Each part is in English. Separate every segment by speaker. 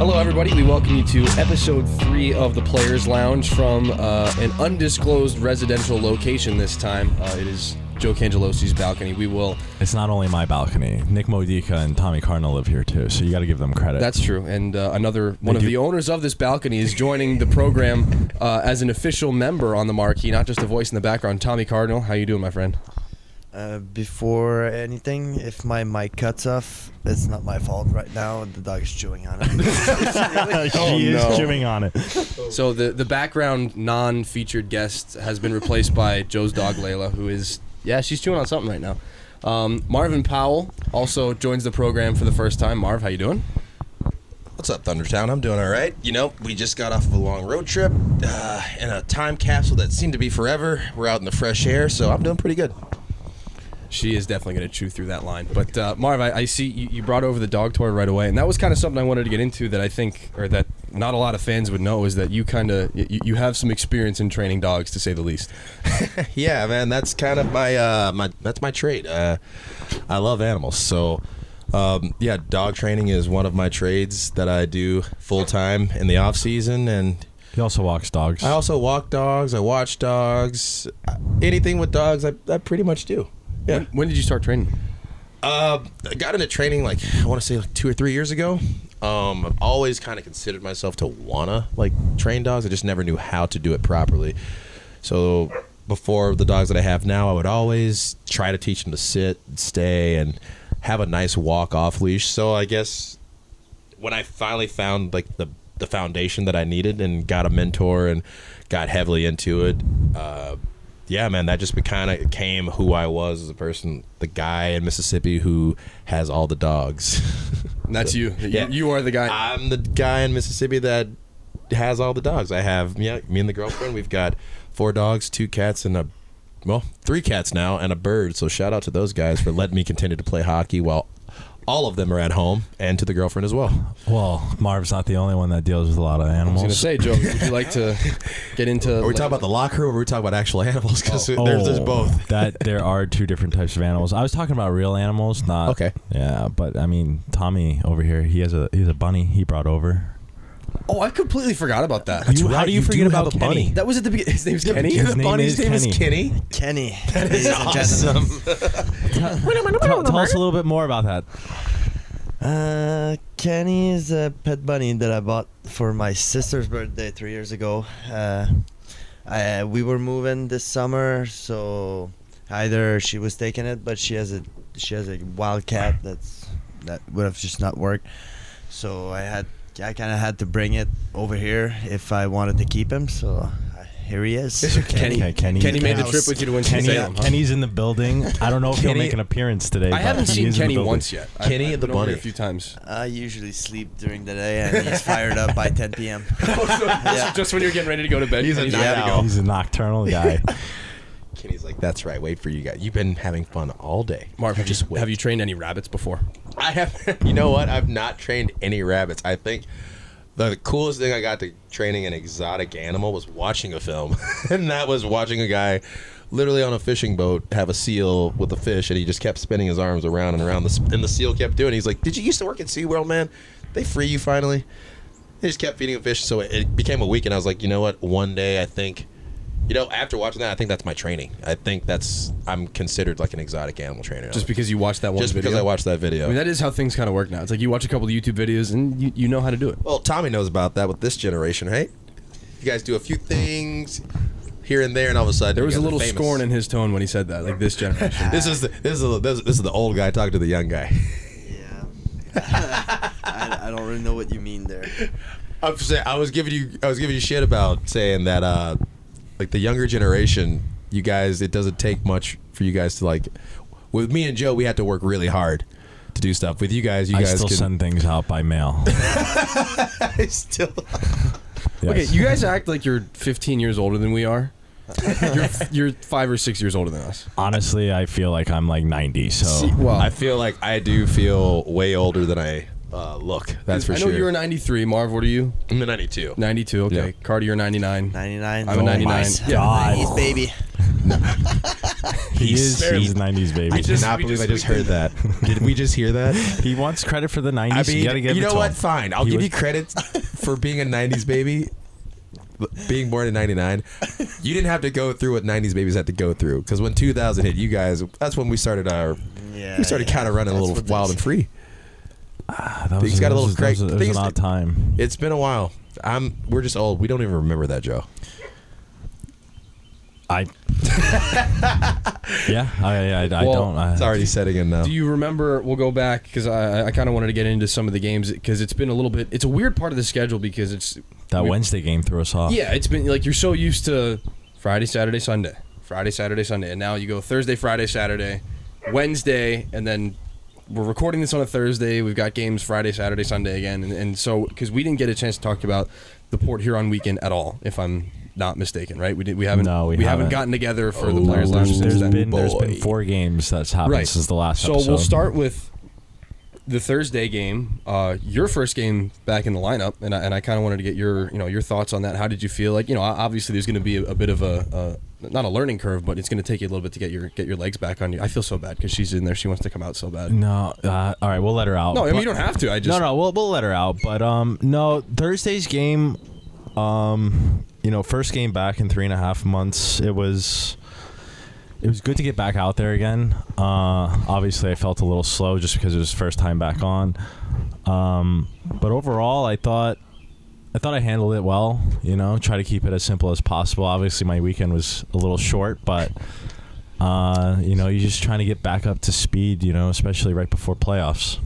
Speaker 1: Hello, everybody. We welcome you to episode three of the Players Lounge from uh, an undisclosed residential location this time. Uh, it is Joe Cangelosi's balcony. We will.
Speaker 2: It's not only my balcony. Nick Modica and Tommy Cardinal live here too, so you got to give them credit.
Speaker 1: That's true. And uh, another one of
Speaker 2: do-
Speaker 1: the owners of this balcony is joining the program uh, as an official member on the marquee, not just a voice in the background. Tommy Cardinal, how you doing, my friend?
Speaker 3: Uh, before anything, if my mic cuts off, it's not my fault right now. The dog's chewing on it.
Speaker 4: Oh,
Speaker 2: she
Speaker 1: no.
Speaker 2: is chewing on it.
Speaker 1: So the the background non-featured guest has been replaced by Joe's dog Layla, who is yeah, she's chewing on something right now. Um, Marvin Powell also joins the program for the first time. Marv, how you doing?
Speaker 4: What's up, Thundertown? I'm doing all right. You know, we just got off of a long road trip uh, in a time capsule that seemed to be forever. We're out in the fresh air, so I'm doing pretty good.
Speaker 1: She is definitely going to chew through that line. But uh, Marv, I, I see you, you brought over the dog toy right away, and that was kind of something I wanted to get into that I think, or that not a lot of fans would know, is that you kind of you, you have some experience in training dogs, to say the least.
Speaker 4: Yeah, man, that's kind of my uh, my that's my trade. Uh, I love animals, so um, yeah, dog training is one of my trades that I do full time in the off season, and
Speaker 2: He also walks dogs.
Speaker 4: I also walk dogs. I watch dogs. Uh, Anything with dogs, I, I pretty much do. Yeah.
Speaker 1: When, when did you start training?
Speaker 4: Uh, I got into training like I want to say like two or three years ago. Um, I've always kind of considered myself to wanna like train dogs. I just never knew how to do it properly. So before the dogs that I have now, I would always try to teach them to sit, and stay, and have a nice walk off leash. So I guess when I finally found like the the foundation that I needed and got a mentor and got heavily into it, uh, yeah, man, that just kind of came who I was as a person, the guy in Mississippi who has all the dogs.
Speaker 1: And that's you.
Speaker 4: Yeah.
Speaker 1: You, you are the guy.
Speaker 4: I'm the guy in Mississippi that has all the dogs. I have yeah, me and the girlfriend. We've got four dogs, two cats, and a well, three cats now, and a bird. So shout out to those guys for letting me continue to play hockey while all of them are at home, and to the girlfriend as well.
Speaker 2: well, Marv's not the only one that deals with a lot of
Speaker 1: I was going
Speaker 2: animals.
Speaker 1: to say, Joe, would you like to get into?
Speaker 4: Are we talking about the locker room or are we talking about actual animals? Because
Speaker 2: Oh,
Speaker 4: there's, there's both.
Speaker 2: that there are two different types of animals. I was talking about real animals, not
Speaker 4: Okay.
Speaker 2: Yeah, but I mean Tommy over here, he has a he has a bunny he brought over.
Speaker 1: Oh, I completely forgot about that.
Speaker 2: You- how
Speaker 4: right,
Speaker 2: do you,
Speaker 4: you
Speaker 2: forget
Speaker 4: do
Speaker 2: about
Speaker 4: have a
Speaker 2: Kenny?
Speaker 4: bunny.
Speaker 1: That was at the beginning. His name's Kenny.
Speaker 2: His name
Speaker 4: bunny's
Speaker 2: is Kenny.
Speaker 3: Kenny.
Speaker 4: It's
Speaker 3: ladies and gentlemen.
Speaker 4: awesome.
Speaker 2: Tell, tell us a little bit more about that.
Speaker 3: Uh, Kenny is a pet bunny that I bought for my sister's birthday three years ago. Uh, I, uh, we were moving this summer, so either she was taking it, but she has a she has a wild cat that's that would have just not worked. So I had I kind of had to bring it over here if I wanted to keep him. So uh, here he is.
Speaker 1: Kenny.
Speaker 2: Okay, Kenny.
Speaker 1: Kenny made the
Speaker 3: House.
Speaker 1: trip with you to Winston
Speaker 2: Kenny,
Speaker 1: Salem. huh?
Speaker 2: Kenny's in the building. I don't know if he'll
Speaker 4: Kenny-
Speaker 2: make an appearance today.
Speaker 1: I
Speaker 2: but
Speaker 1: haven't
Speaker 2: he
Speaker 1: seen
Speaker 2: is in the
Speaker 1: Kenny
Speaker 2: building.
Speaker 1: once yet. I've-
Speaker 4: Kenny
Speaker 1: I've
Speaker 4: the
Speaker 1: been over
Speaker 4: Bunny.
Speaker 1: there a few times.
Speaker 3: I usually sleep during the day, and he's fired up by 10 p.m. Yeah.
Speaker 1: Just when you're getting ready to go to bed.
Speaker 4: He's a
Speaker 1: Kenny's
Speaker 4: night
Speaker 1: ready to go.
Speaker 4: owl.
Speaker 2: He's a nocturnal guy.
Speaker 4: Kenny's like, that's right. Wait for you guys. You've been having fun all day.
Speaker 1: Marv, have
Speaker 4: just
Speaker 1: you, have you trained any rabbits before?
Speaker 4: I have. You know what? I've not trained any rabbits. I think the coolest thing I got to training an exotic animal was watching a film, and that was watching a guy literally on a fishing boat have a seal with a fish, and he just kept spinning his arms around and around. The sp- and the seal kept doing. it. He's like, "Did you used to work at SeaWorld, man? They free you finally." They just kept feeding him fish, so it, it became a week, and I was like, you know what? One day, I think. You know, after watching that, I think that's my training. I think that's I'm considered like an exotic animal trainer. now.
Speaker 1: Just because you watched that one
Speaker 4: just
Speaker 1: video?
Speaker 4: because I watched that video.
Speaker 1: I mean, that is how things kind of work now. It's like you watch a couple of YouTube videos and you, you know how to do it.
Speaker 4: Well, Tommy knows about that with this generation, right? You guys do a few things here and there, and all of a sudden
Speaker 1: There
Speaker 4: you
Speaker 1: was a
Speaker 4: guys are
Speaker 1: little
Speaker 4: famous.
Speaker 1: scorn in his tone when he said that, like this generation.
Speaker 4: This is the, this is the, this, this is the old guy talking to the young guy.
Speaker 3: Yeah. I, I don't really know what you mean there.
Speaker 4: I'm saying, I was giving you I was giving you shit about saying that uh, like the younger generation, you guys, it doesn't take much for you guys to like. With me and Joe, we had to work really hard to do stuff. With you guys, you
Speaker 2: I
Speaker 4: guys
Speaker 2: still
Speaker 4: can.
Speaker 2: send things out by mail.
Speaker 4: I still.
Speaker 2: Yes.
Speaker 1: Okay, you guys act like you're 15 years older than we are. you're, you're five or six years older than us.
Speaker 2: Honestly, I feel like I'm like 90. So
Speaker 1: See, well,
Speaker 4: I feel like I do feel way older than I uh, look. That's for
Speaker 1: I know
Speaker 4: sure.
Speaker 1: you're a 93. Marv, what are you?
Speaker 4: I'm a 92.
Speaker 1: 92. Okay.
Speaker 4: Yeah.
Speaker 1: Cardi, you're 99.
Speaker 3: 99.
Speaker 1: I'm a
Speaker 3: Oh my
Speaker 1: 99.
Speaker 3: s-
Speaker 1: Yeah.
Speaker 2: God.
Speaker 3: Nice, baby.
Speaker 2: He
Speaker 4: He's
Speaker 2: is.
Speaker 4: barely-
Speaker 2: He's a '90s baby.
Speaker 4: I
Speaker 1: just-
Speaker 4: did not
Speaker 1: we
Speaker 4: believe
Speaker 1: just-
Speaker 4: I just
Speaker 1: we
Speaker 4: heard that. Did we just hear that?
Speaker 2: he wants credit for the '90s.
Speaker 4: I mean,
Speaker 2: you gotta give
Speaker 4: you
Speaker 2: it
Speaker 4: know
Speaker 2: to
Speaker 4: what?
Speaker 2: him.
Speaker 4: Fine, I'll
Speaker 2: He
Speaker 4: give
Speaker 2: was-
Speaker 4: you credit for being a '90s baby. Being born in '99, you didn't have to go through what '90s babies had to go through. Because when 2000 hit, you guys—that's when we started our.
Speaker 3: Yeah,
Speaker 4: we started
Speaker 3: yeah,
Speaker 4: kind of running a
Speaker 3: that's
Speaker 4: little
Speaker 3: what
Speaker 4: wild
Speaker 3: they-
Speaker 4: and free.
Speaker 2: Ah, that was,
Speaker 4: He's got a
Speaker 2: that
Speaker 4: little
Speaker 2: was- that was-
Speaker 4: crack-
Speaker 2: It was
Speaker 4: things
Speaker 2: an
Speaker 4: that-
Speaker 2: odd time.
Speaker 4: It's been a while. I'm. We're just old. We don't even remember that, Joe.
Speaker 2: I. yeah, I, I, I
Speaker 1: Well,
Speaker 2: don't. I,
Speaker 4: It's already setting in uh, now.
Speaker 1: Do you remember? We'll go back because I, I kind of wanted to get into some of the games because it's been a little bit. It's a weird part of the schedule because it's
Speaker 2: that
Speaker 1: we-
Speaker 2: Wednesday game threw us off.
Speaker 1: Yeah, it's been like you're so used to Friday, Saturday, Sunday, Friday, Saturday, Sunday, and now you go Thursday, Friday, Saturday, Wednesday, and then we're recording this on a Thursday. We've got games Friday, Saturday, Sunday again, and, and so because we didn't get a chance to talk about the Port Huron weekend at all, if I'm not mistaken, right? We did. We haven't.
Speaker 2: No, we haven't.
Speaker 1: gotten together for the
Speaker 4: Oh,
Speaker 1: players' lounge
Speaker 2: There's,
Speaker 1: since
Speaker 2: there's
Speaker 1: then.
Speaker 2: been there's
Speaker 4: Boy.
Speaker 2: been four games that's happened
Speaker 1: Right.
Speaker 2: since the last
Speaker 1: So
Speaker 2: episode.
Speaker 1: we'll start with the Thursday game. Uh, your first game back in the lineup, and I, and I kind of wanted to get your you know your thoughts on that. How did you feel? Like you know, o- obviously there's going to be a, a bit of a, a not a learning curve, but it's going to take you a little bit to get your get your legs back on you. I feel so bad because she's in there. She wants to come out so bad.
Speaker 2: No, uh, all right, we'll let her out.
Speaker 1: No, I mean
Speaker 2: But-
Speaker 1: you don't have to. I just
Speaker 2: no, no, we'll we'll let her out. But um, no, Thursday's game, um, you know, first game back in three and a half months. It was, it was good to get back out there again. Uh, obviously, I felt a little slow just because it was first time back on. Um, but overall, I thought, I thought I handled it well. You know, try to keep it as simple as possible. Obviously, my weekend was a little short, but. Uh, you know, you're just trying to get back up to speed. You know, especially right before playoffs.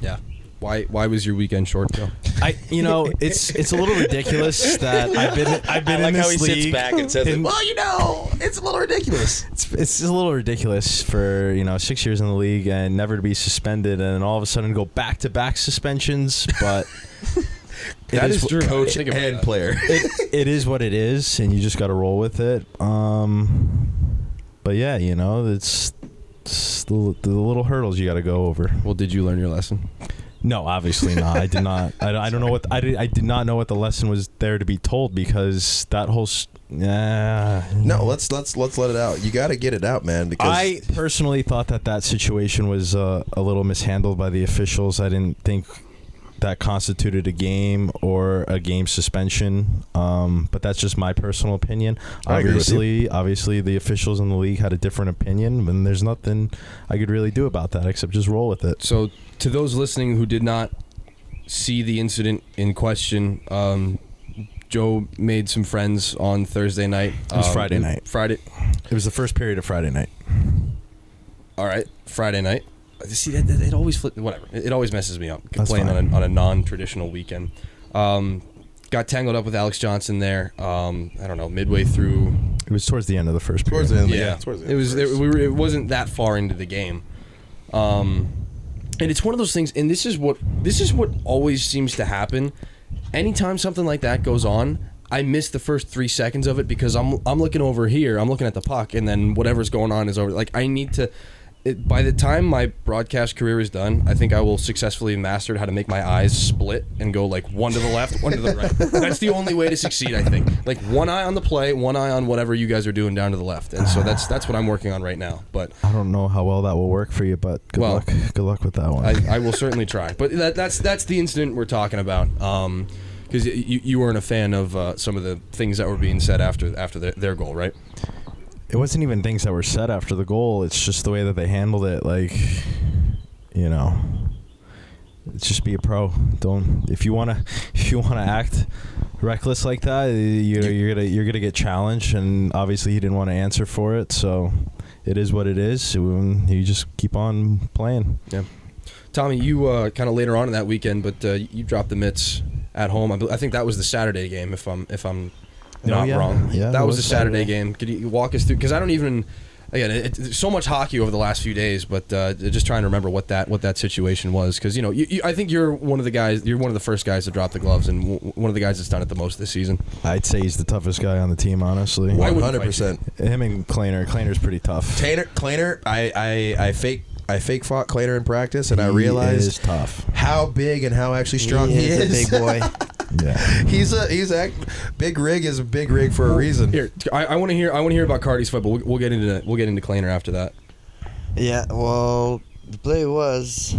Speaker 1: yeah. Why why was your weekend short? Joe?
Speaker 2: I, you know, it's it's a little ridiculous that I've been I've been in this league.
Speaker 4: and says,
Speaker 2: In-
Speaker 4: "Well, you know, it's a little ridiculous."
Speaker 2: It's, it's a little ridiculous for you know six years in the league and never to be suspended, and all of a sudden go back to back suspensions. But it
Speaker 1: That is
Speaker 2: what-
Speaker 1: true.
Speaker 4: Coach
Speaker 1: Think
Speaker 4: and
Speaker 1: about that.
Speaker 4: player.
Speaker 2: it, it is what it is, and you just got to roll with it. Um, but yeah, you know, it's, it's the, the little hurdles you got to go over.
Speaker 1: Well, did you learn your lesson?
Speaker 2: No, obviously not. I did not. I, I don't know what I did. I did not know what the lesson was there to be told because that whole. s- Yeah.
Speaker 4: No, let's let's let's let it out. You got to get it out, man. Because
Speaker 2: I personally thought that that situation was uh, a little mishandled by the officials. I didn't think that constituted a game or a game suspension. Um, but that's just my personal opinion.
Speaker 4: I agree with you.
Speaker 2: obviously, obviously, the officials in the league had a different opinion, and there's nothing I could really do about that except just roll with it.
Speaker 1: So, to those listening who did not see the incident in question, um, Joe made some friends on Thursday night. It
Speaker 2: was Friday night.
Speaker 1: Friday.
Speaker 2: It was the first period of Friday night.
Speaker 1: All right, Friday night. See, that, that- it always flip. Whatever. It, it always messes me up.
Speaker 2: That's
Speaker 1: Playing on
Speaker 2: fine.
Speaker 1: a, on a non-traditional weekend. Um, got tangled up with Alex Johnson there. Um, I don't know. Midway through,
Speaker 2: It was towards the end of the first period.
Speaker 4: towards the end, Oh, yeah,
Speaker 1: yeah,
Speaker 4: towards the end
Speaker 1: it was. It,
Speaker 4: first.
Speaker 1: we were, it wasn't that far into the game, um, and it's one of those things. And this is what this is what always seems to happen. Anytime something like that goes on, I miss the first three seconds of it because I'm I'm looking over here, I'm looking at the puck, and then whatever's going on is over. Like I need to. It, by the time my broadcast career is done, I think I will successfully have mastered how to make my eyes split and go like one to the left, one to the right. That's the only way to succeed, I think. Like one eye on the play, one eye on whatever you guys are doing down to the left, and so that's that's what I'm working on right now. But
Speaker 2: I don't know how well that will work for you, but good
Speaker 1: Well,
Speaker 2: luck. Good luck with that one.
Speaker 1: I, I will certainly try. But that, that's that's the incident we're talking about. Um, because you, you weren't a fan of uh, some of the things that were being said after after their, their goal, right?
Speaker 2: it wasn't even things that were said after the goal. It's just the way that they handled it. Like, you know, it's just be a pro. Don't if you wanna if you wanna act reckless like that, you know, you're gonna you're gonna get challenged. And obviously, he didn't want to answer for it, so it is what it is. You just keep on playing.
Speaker 1: Tommy, you uh, kind of later on in that weekend, but uh, you dropped the mitts at home. I, bel- I think that was the Saturday game, if I'm if I'm
Speaker 2: No,
Speaker 1: not
Speaker 2: Oh, yeah.
Speaker 1: wrong.
Speaker 2: Yeah,
Speaker 1: that
Speaker 2: it
Speaker 1: was,
Speaker 2: was
Speaker 1: the Saturday, game. Could you walk us through? Because I don't even again, it, it's so much hockey over the last few days, but uh, just trying to remember what that what that situation was. Because you know, you, you, I think you're one of the guys. You're one of the first guys to drop the gloves, and w- one of the guys that's done it the most this season.
Speaker 2: I'd say he's the toughest guy on the team, honestly.
Speaker 1: Why
Speaker 4: one
Speaker 1: wouldn't
Speaker 4: hundred percent.
Speaker 2: Him and Kleiner. Kleiner's pretty tough.
Speaker 4: Tanner, Claner, I, I, I fake, I fake fought Claner in practice, and I
Speaker 2: He
Speaker 4: realized
Speaker 2: is tough.
Speaker 4: how big and how actually strong he,
Speaker 3: is a big boy.
Speaker 2: yeah.
Speaker 4: He's a he's a big rig is a big rig for a reason.
Speaker 1: Here, I, I want to hear. I want to hear about Cardi's fight, but we'll, we'll get into we'll get into Kleiner after that.
Speaker 3: Yeah, well, the play was.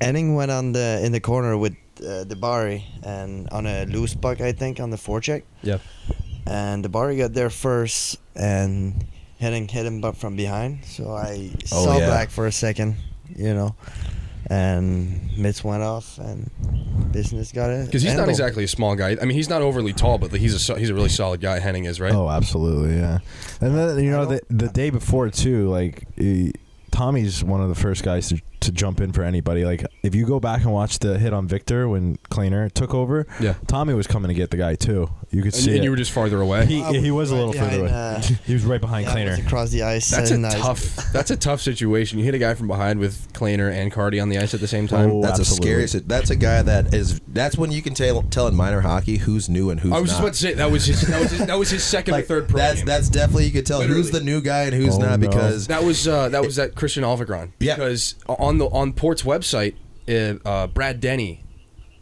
Speaker 3: Enning went on the in the corner with uh, Debari and on a loose puck, I think, on the forecheck.
Speaker 1: Yeah.
Speaker 3: And Debari got there first, and Henning hit him but from behind. So I
Speaker 4: Oh,
Speaker 3: saw
Speaker 4: yeah.
Speaker 3: black for a second, you know, and Mitz went off, and business got it.
Speaker 1: Because he's not exactly a small guy. I mean, he's not overly tall, but he's a so- he's a really solid guy. Henning is right.
Speaker 2: Oh, absolutely, yeah. And then you
Speaker 3: I
Speaker 2: know the
Speaker 3: don't-
Speaker 2: the day before too, like eh, Tommy's one of the first guys to, to jump in for anybody. Like if you go back and watch the hit on Victor when Kleiner took over,
Speaker 1: Yeah.
Speaker 2: Tommy was coming to get the guy too. You could
Speaker 1: And,
Speaker 2: see
Speaker 1: and
Speaker 2: it.
Speaker 1: you were just farther away.
Speaker 2: he, he was a little further away. he was right behind
Speaker 3: uh, yeah, I was
Speaker 2: Kleiner.
Speaker 3: across the ice.
Speaker 1: that's a
Speaker 3: and I-
Speaker 1: tough. That's a tough situation. You hit a guy from behind with Kleiner and Cardi on the ice at the same time.
Speaker 2: Oh,
Speaker 4: That's
Speaker 2: absolutely.
Speaker 4: a scary. si- That's a guy that is. That's when you can tell tell in minor hockey who's new and who's.
Speaker 1: I was
Speaker 4: not.
Speaker 1: just about to say that was his that was his, that was his second
Speaker 4: Like,
Speaker 1: or third pro
Speaker 4: That's
Speaker 1: game.
Speaker 4: that's definitely you could tell who's
Speaker 1: Literally.
Speaker 4: the new guy and who's
Speaker 2: Oh,
Speaker 4: not
Speaker 2: no.
Speaker 4: because
Speaker 1: That was uh, that was that Christian Alvigron.
Speaker 4: Yeah.
Speaker 1: Because on the on Port's website, uh, uh, Brad Denny,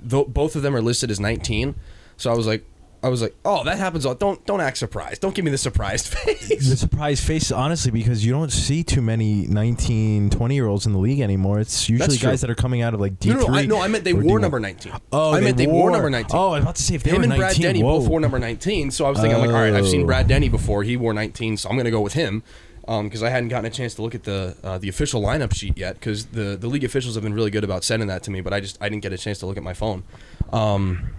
Speaker 1: tho- both of them are listed as 19. So I was like, I was like, oh, that happens. All- don't don't act surprised. Don't give me the surprised
Speaker 2: the
Speaker 1: face.
Speaker 2: surprise face honestly because you don't see too many 19 20 year olds in the league anymore it's usually
Speaker 1: That's true.
Speaker 2: guys that are coming out of like d3
Speaker 1: No, no, no, I, no, I meant they
Speaker 2: or
Speaker 1: wore
Speaker 2: D1.
Speaker 1: number 19.
Speaker 2: oh
Speaker 1: I meant they wore number 19.
Speaker 2: oh i was about to say if they
Speaker 1: Him
Speaker 2: were
Speaker 1: and
Speaker 2: 19
Speaker 1: Brad Denny
Speaker 2: whoa.
Speaker 1: both wore number 19, so I was thinking, I'm like, all right, I've seen
Speaker 2: Oh.
Speaker 1: Brad Denny before. He wore 19, so I'm going to go with him because I hadn't gotten a chance to look at the uh, the official lineup sheet yet because the, the league officials have been really good about sending that to me, but I just I didn't get a chance to look at my phone. Um,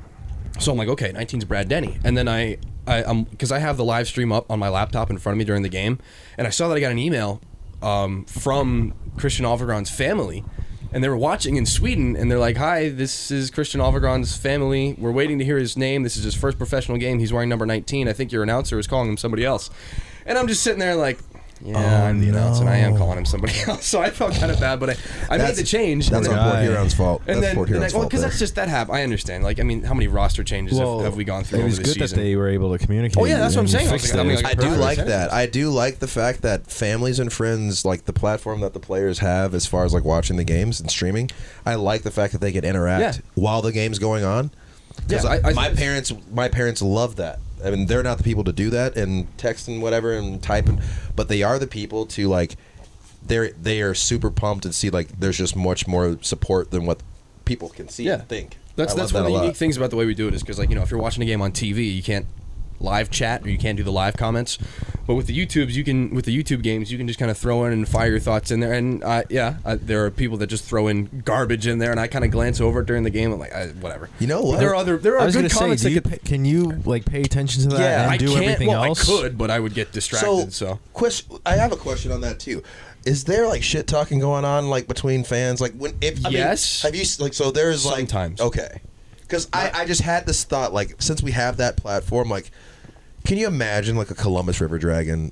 Speaker 1: so I'm like, okay, 19's Brad Denny, and then I, I I'm because I have the live stream up on my laptop in front of me during the game, and I saw that I got an email um, from Christian Alvigron's family. And they were watching in Sweden, and they're like, "Hi, this is Christian Alvigron's family. We're waiting to hear his name. This is his first professional game. He's wearing number 19. I think your announcer is calling him somebody else." And I'm just sitting there like, "Yeah,
Speaker 2: Oh,
Speaker 1: I'm the announcer. and I am
Speaker 2: no.
Speaker 1: calling him somebody else." So I felt kind of bad, but I, I made
Speaker 4: that's-
Speaker 1: the change.
Speaker 4: That's
Speaker 1: and
Speaker 4: on
Speaker 1: then-
Speaker 4: Port
Speaker 2: Right.
Speaker 4: Huron's fault.
Speaker 1: and
Speaker 4: that's
Speaker 1: then
Speaker 4: Port
Speaker 1: the
Speaker 4: Huron's
Speaker 1: next, well,
Speaker 4: fault.
Speaker 1: because
Speaker 4: there.
Speaker 1: that's just that happened. I understand. Like, I mean, how many roster changes have, have we gone through
Speaker 2: it was
Speaker 1: over the
Speaker 2: good
Speaker 1: season?
Speaker 2: that they were able to communicate
Speaker 1: Oh, yeah, that's what
Speaker 2: and
Speaker 1: I'm saying. I was
Speaker 2: fix
Speaker 1: like, I mean,
Speaker 2: it.
Speaker 1: like,
Speaker 4: I do
Speaker 1: Perfect.
Speaker 4: like that. I do like the fact that families and friends, like the platform that the players have as far as like watching the games and streaming, I like the fact that they can interact
Speaker 1: Yeah.
Speaker 4: while the game's going on. 'Cause
Speaker 1: Yeah, I- I-
Speaker 4: my parents, my parents love that. I mean, they're not the people to do that and text and whatever and typing, but they are the people to like. They're they are super pumped and see like there's just much more support than what people can see
Speaker 1: Yeah.
Speaker 4: and think.
Speaker 1: That's
Speaker 4: I
Speaker 1: that's one
Speaker 4: love that
Speaker 1: of
Speaker 4: a
Speaker 1: the
Speaker 4: lot.
Speaker 1: unique things about the way we do it is because like you know if you're watching a game on TV you can't live chat or you can't do the live comments, but with the YouTubes you can with the YouTube games you can just kind of throw in and fire your thoughts in there and uh, yeah uh there are people that just throw in garbage in there and I kind of glance over it during the game and like I, whatever
Speaker 4: You know what?
Speaker 1: there are other there
Speaker 2: I
Speaker 1: are
Speaker 2: was
Speaker 1: good
Speaker 2: gonna say,
Speaker 1: comments
Speaker 2: do
Speaker 1: that
Speaker 2: you
Speaker 1: could
Speaker 2: pay, can you like pay attention to that
Speaker 4: Yeah,
Speaker 2: and
Speaker 1: I
Speaker 2: do
Speaker 1: can't
Speaker 2: everything
Speaker 1: well
Speaker 2: else?
Speaker 1: I could but I would get distracted so.
Speaker 4: question. I have a question on that too. Is there like shit talking going on like between fans? Like when if I mean,
Speaker 1: Yes.
Speaker 4: have you s- like so there's like
Speaker 1: Sometimes.
Speaker 4: okay, because I I just had this thought like since we have that platform like, can you imagine like a Columbus River Dragon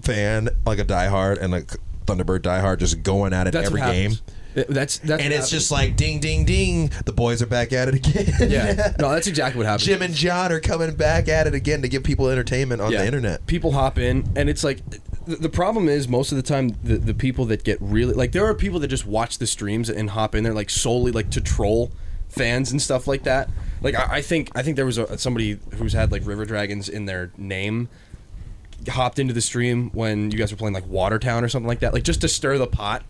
Speaker 4: fan like a diehard and like Thunderbird diehard just going at it
Speaker 1: That's
Speaker 4: every
Speaker 1: what
Speaker 4: game.
Speaker 1: happens. Th- That's that's
Speaker 4: And
Speaker 1: what
Speaker 4: it's
Speaker 1: happens.
Speaker 4: just like ding, ding, ding. The boys are back at it again.
Speaker 1: yeah no that's exactly what happens.
Speaker 4: Jim and John are coming back at it again to give people entertainment on
Speaker 1: Yeah.
Speaker 4: the internet.
Speaker 1: People hop in, and it's like the, the problem is most of the time the, the people that get really like there are people that just watch the streams and hop in there like solely like to troll fans and stuff like that. Like I, I think I think there was a, somebody who's had like River Dragons in their name hopped into the stream when you guys were playing like Watertown or something like that, like just to stir the pot.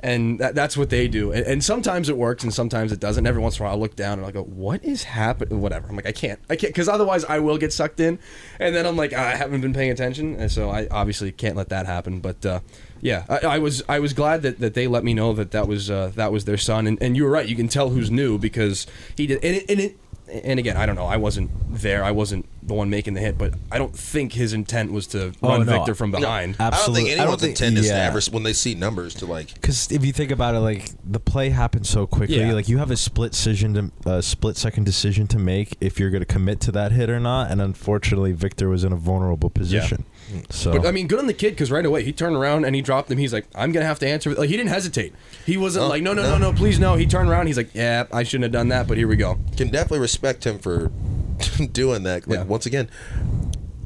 Speaker 1: And that, that's what they do. And, and sometimes it works and sometimes it doesn't. Every once in a while, I look down and I go, "What is happening?" Whatever. I'm like, I can't, I can't, because otherwise I will get sucked in. And then I'm like, I haven't been paying attention, and so I obviously can't let that happen. But uh, yeah, I, I was, I was glad that, that they let me know that that was uh, that was their son. And, and you were right. You can tell who's new because he did. And it, and it and again, I don't know. I wasn't there. I wasn't the one making the hit, but I don't think his intent was to
Speaker 2: Oh,
Speaker 1: run
Speaker 2: no.
Speaker 1: Victor from
Speaker 2: No.
Speaker 1: behind.
Speaker 2: Ab- Absolutely.
Speaker 4: I
Speaker 2: I
Speaker 4: don't think
Speaker 2: don't think-
Speaker 4: anyone's intent is to
Speaker 2: yeah.
Speaker 4: ever s- when they see numbers to like
Speaker 2: Because if you think about it, like the play happens so quickly.
Speaker 1: Yeah.
Speaker 2: Like you have a split decision, to, a split second decision to make if you're going to commit to that hit or not. And unfortunately, Victor was in a vulnerable position. So
Speaker 1: Mm. But uh, I mean, good on the kid because right away he turned around and he dropped him. He's like, "I'm gonna have to answer." Like he didn't hesitate. He wasn't
Speaker 4: No,
Speaker 1: like, "No, no,
Speaker 4: Oh, no.
Speaker 1: no, no, please, no." He turned around. He's like, "Yeah, I shouldn't have done that, but here we go."
Speaker 4: can definitely respect him for doing that. Like
Speaker 1: Yeah.
Speaker 4: once again,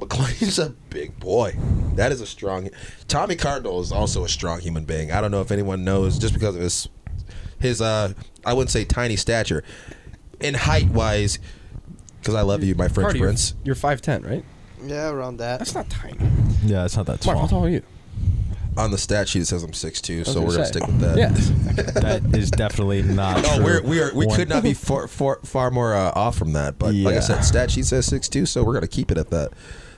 Speaker 4: McLean's a big boy. That is a strong. Tommy Cardinal is also a strong human being. I don't know if anyone knows just because of his his uh I wouldn't say tiny stature. in height wise, because I love you, my French
Speaker 1: Cardi, you're-
Speaker 4: prince.
Speaker 1: You're five ten, right?
Speaker 5: Yeah, around that.
Speaker 1: That's
Speaker 5: That's
Speaker 1: not tiny.
Speaker 2: Yeah, it's not that
Speaker 1: Mark,
Speaker 2: small.
Speaker 1: how tall are you?
Speaker 4: On the stat sheet, it says I'm 6'2", so
Speaker 1: gonna
Speaker 4: we're gonna
Speaker 1: say.
Speaker 4: stick with that.
Speaker 1: Yeah.
Speaker 2: That is definitely not.
Speaker 4: No,
Speaker 2: true.
Speaker 4: we're, we are we
Speaker 2: One-
Speaker 4: could not be far far, far more uh, off from that. But like I
Speaker 2: Yeah.
Speaker 4: said, stat sheet says six two, so we're gonna keep it at that.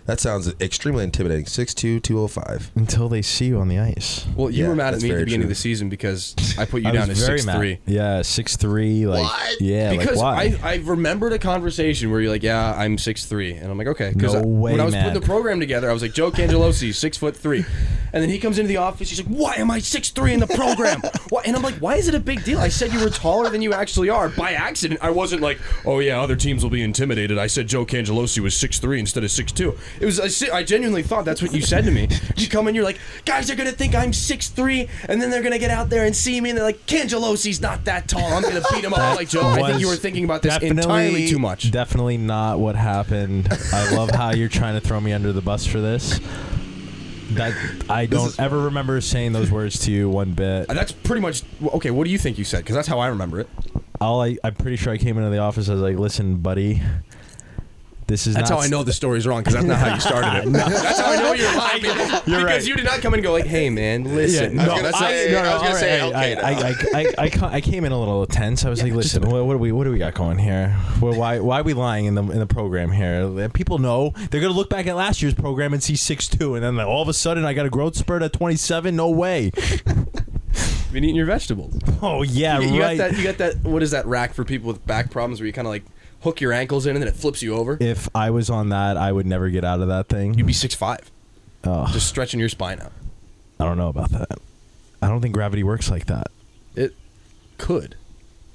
Speaker 4: That sounds extremely intimidating. Six two, two oh five.
Speaker 2: until they see you on the ice.
Speaker 1: Well, you
Speaker 4: Yeah,
Speaker 1: were mad at
Speaker 4: that's
Speaker 1: me at the
Speaker 4: very
Speaker 1: beginning of
Speaker 4: true.
Speaker 1: the season because I put you
Speaker 2: I
Speaker 1: down
Speaker 2: was
Speaker 1: as
Speaker 2: very
Speaker 1: six
Speaker 2: mad.
Speaker 1: three.
Speaker 2: Yeah, six three. Like
Speaker 4: What?
Speaker 2: yeah,
Speaker 1: because
Speaker 2: like why?
Speaker 1: I, I remembered a conversation where you're like, yeah, I'm six three, and I'm like, okay,
Speaker 2: No
Speaker 1: I-
Speaker 2: way,
Speaker 1: when I was putting
Speaker 2: man.
Speaker 1: the program together, I was like, Joe Cangelosi, six foot three, and then he comes into the office, he's like, why am I six three in the program? why? And I'm like, why is it a big deal? I said you were taller than you actually are by accident. I wasn't like, oh yeah, other teams will be intimidated. I said Joe Cangelosi was six three instead of six two. It was I, se- I genuinely thought that's what you said to me. You come in, you're like, guys are gonna think I'm six three, and then they're gonna get out there and see me, and they're like, Cangelosi's not that tall. I'm gonna beat him up. I'm like Joe, I think
Speaker 2: was
Speaker 1: you were thinking about this
Speaker 2: definitely-
Speaker 1: entirely too much.
Speaker 2: Definitely not what happened. I love how you're trying to throw me under the bus for this. That I don't ever remember saying those words to you one bit.
Speaker 1: Uh, that's pretty much well, okay. What do you think you said? Because that's how I remember it.
Speaker 2: All I, I'm pretty sure I came into the office. I was like, "Listen, buddy, this is
Speaker 1: That's
Speaker 2: not
Speaker 1: how Oh, I know the story's wrong because that's not how you started it. that's how I know you're lying because, because
Speaker 2: right.
Speaker 1: you did not come and go like, "Hey, man, listen."
Speaker 2: Yeah,
Speaker 4: I was gonna say- I was gonna
Speaker 2: all
Speaker 4: say, okay,
Speaker 2: I, I, I, I, I, ca- I came in a little tense. I was like, listen, what, what do we, what do we got going here? Well, why, why are we lying in the in the program here? People know they're gonna look back at last year's program and see six two, and then all of a sudden I got a growth spurt at twenty seven. No way.
Speaker 1: You've been eating your vegetables.
Speaker 2: Oh yeah,
Speaker 1: You, you
Speaker 2: right.
Speaker 1: got that? You got that? What is that rack for people with back problems where you kind of like hook your ankles in and then it flips you over?
Speaker 2: if I was on that, I would never get out of that thing.
Speaker 1: You'd be six five,
Speaker 2: oh,
Speaker 1: just stretching your spine out.
Speaker 2: I don't know about that. I don't think gravity works like that.
Speaker 1: It could.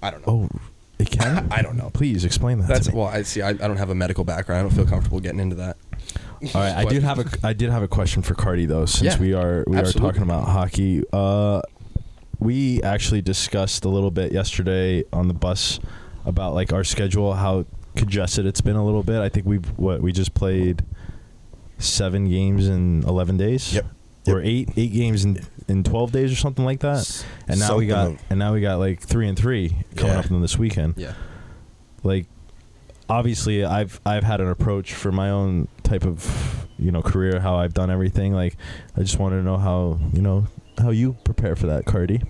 Speaker 1: I don't know.
Speaker 2: Oh, it can.
Speaker 1: I don't know.
Speaker 2: Please explain that.
Speaker 1: That's
Speaker 2: to me.
Speaker 1: well. I see. I, I don't have a medical background. I don't feel comfortable getting into that.
Speaker 2: All right, I
Speaker 1: But-
Speaker 2: did have a I did have a question for Cardi though, since
Speaker 1: Yeah,
Speaker 2: we are we
Speaker 1: absolutely.
Speaker 2: are talking about hockey. Uh, we actually discussed a little bit yesterday on the bus about like our schedule, how congested it's been a little bit. I think we've what we just played seven games in eleven days.
Speaker 4: Yep.
Speaker 2: Or eight eight games in, in twelve days or something like that. And now we
Speaker 4: Something
Speaker 2: got
Speaker 4: of-
Speaker 2: and now we got like three and three coming
Speaker 4: Yeah.
Speaker 2: up on this weekend
Speaker 1: Yeah.
Speaker 2: like obviously I've I've had an approach for my own type of you know career how I've done everything like I just wanted to know how you know how you prepare for that Cardi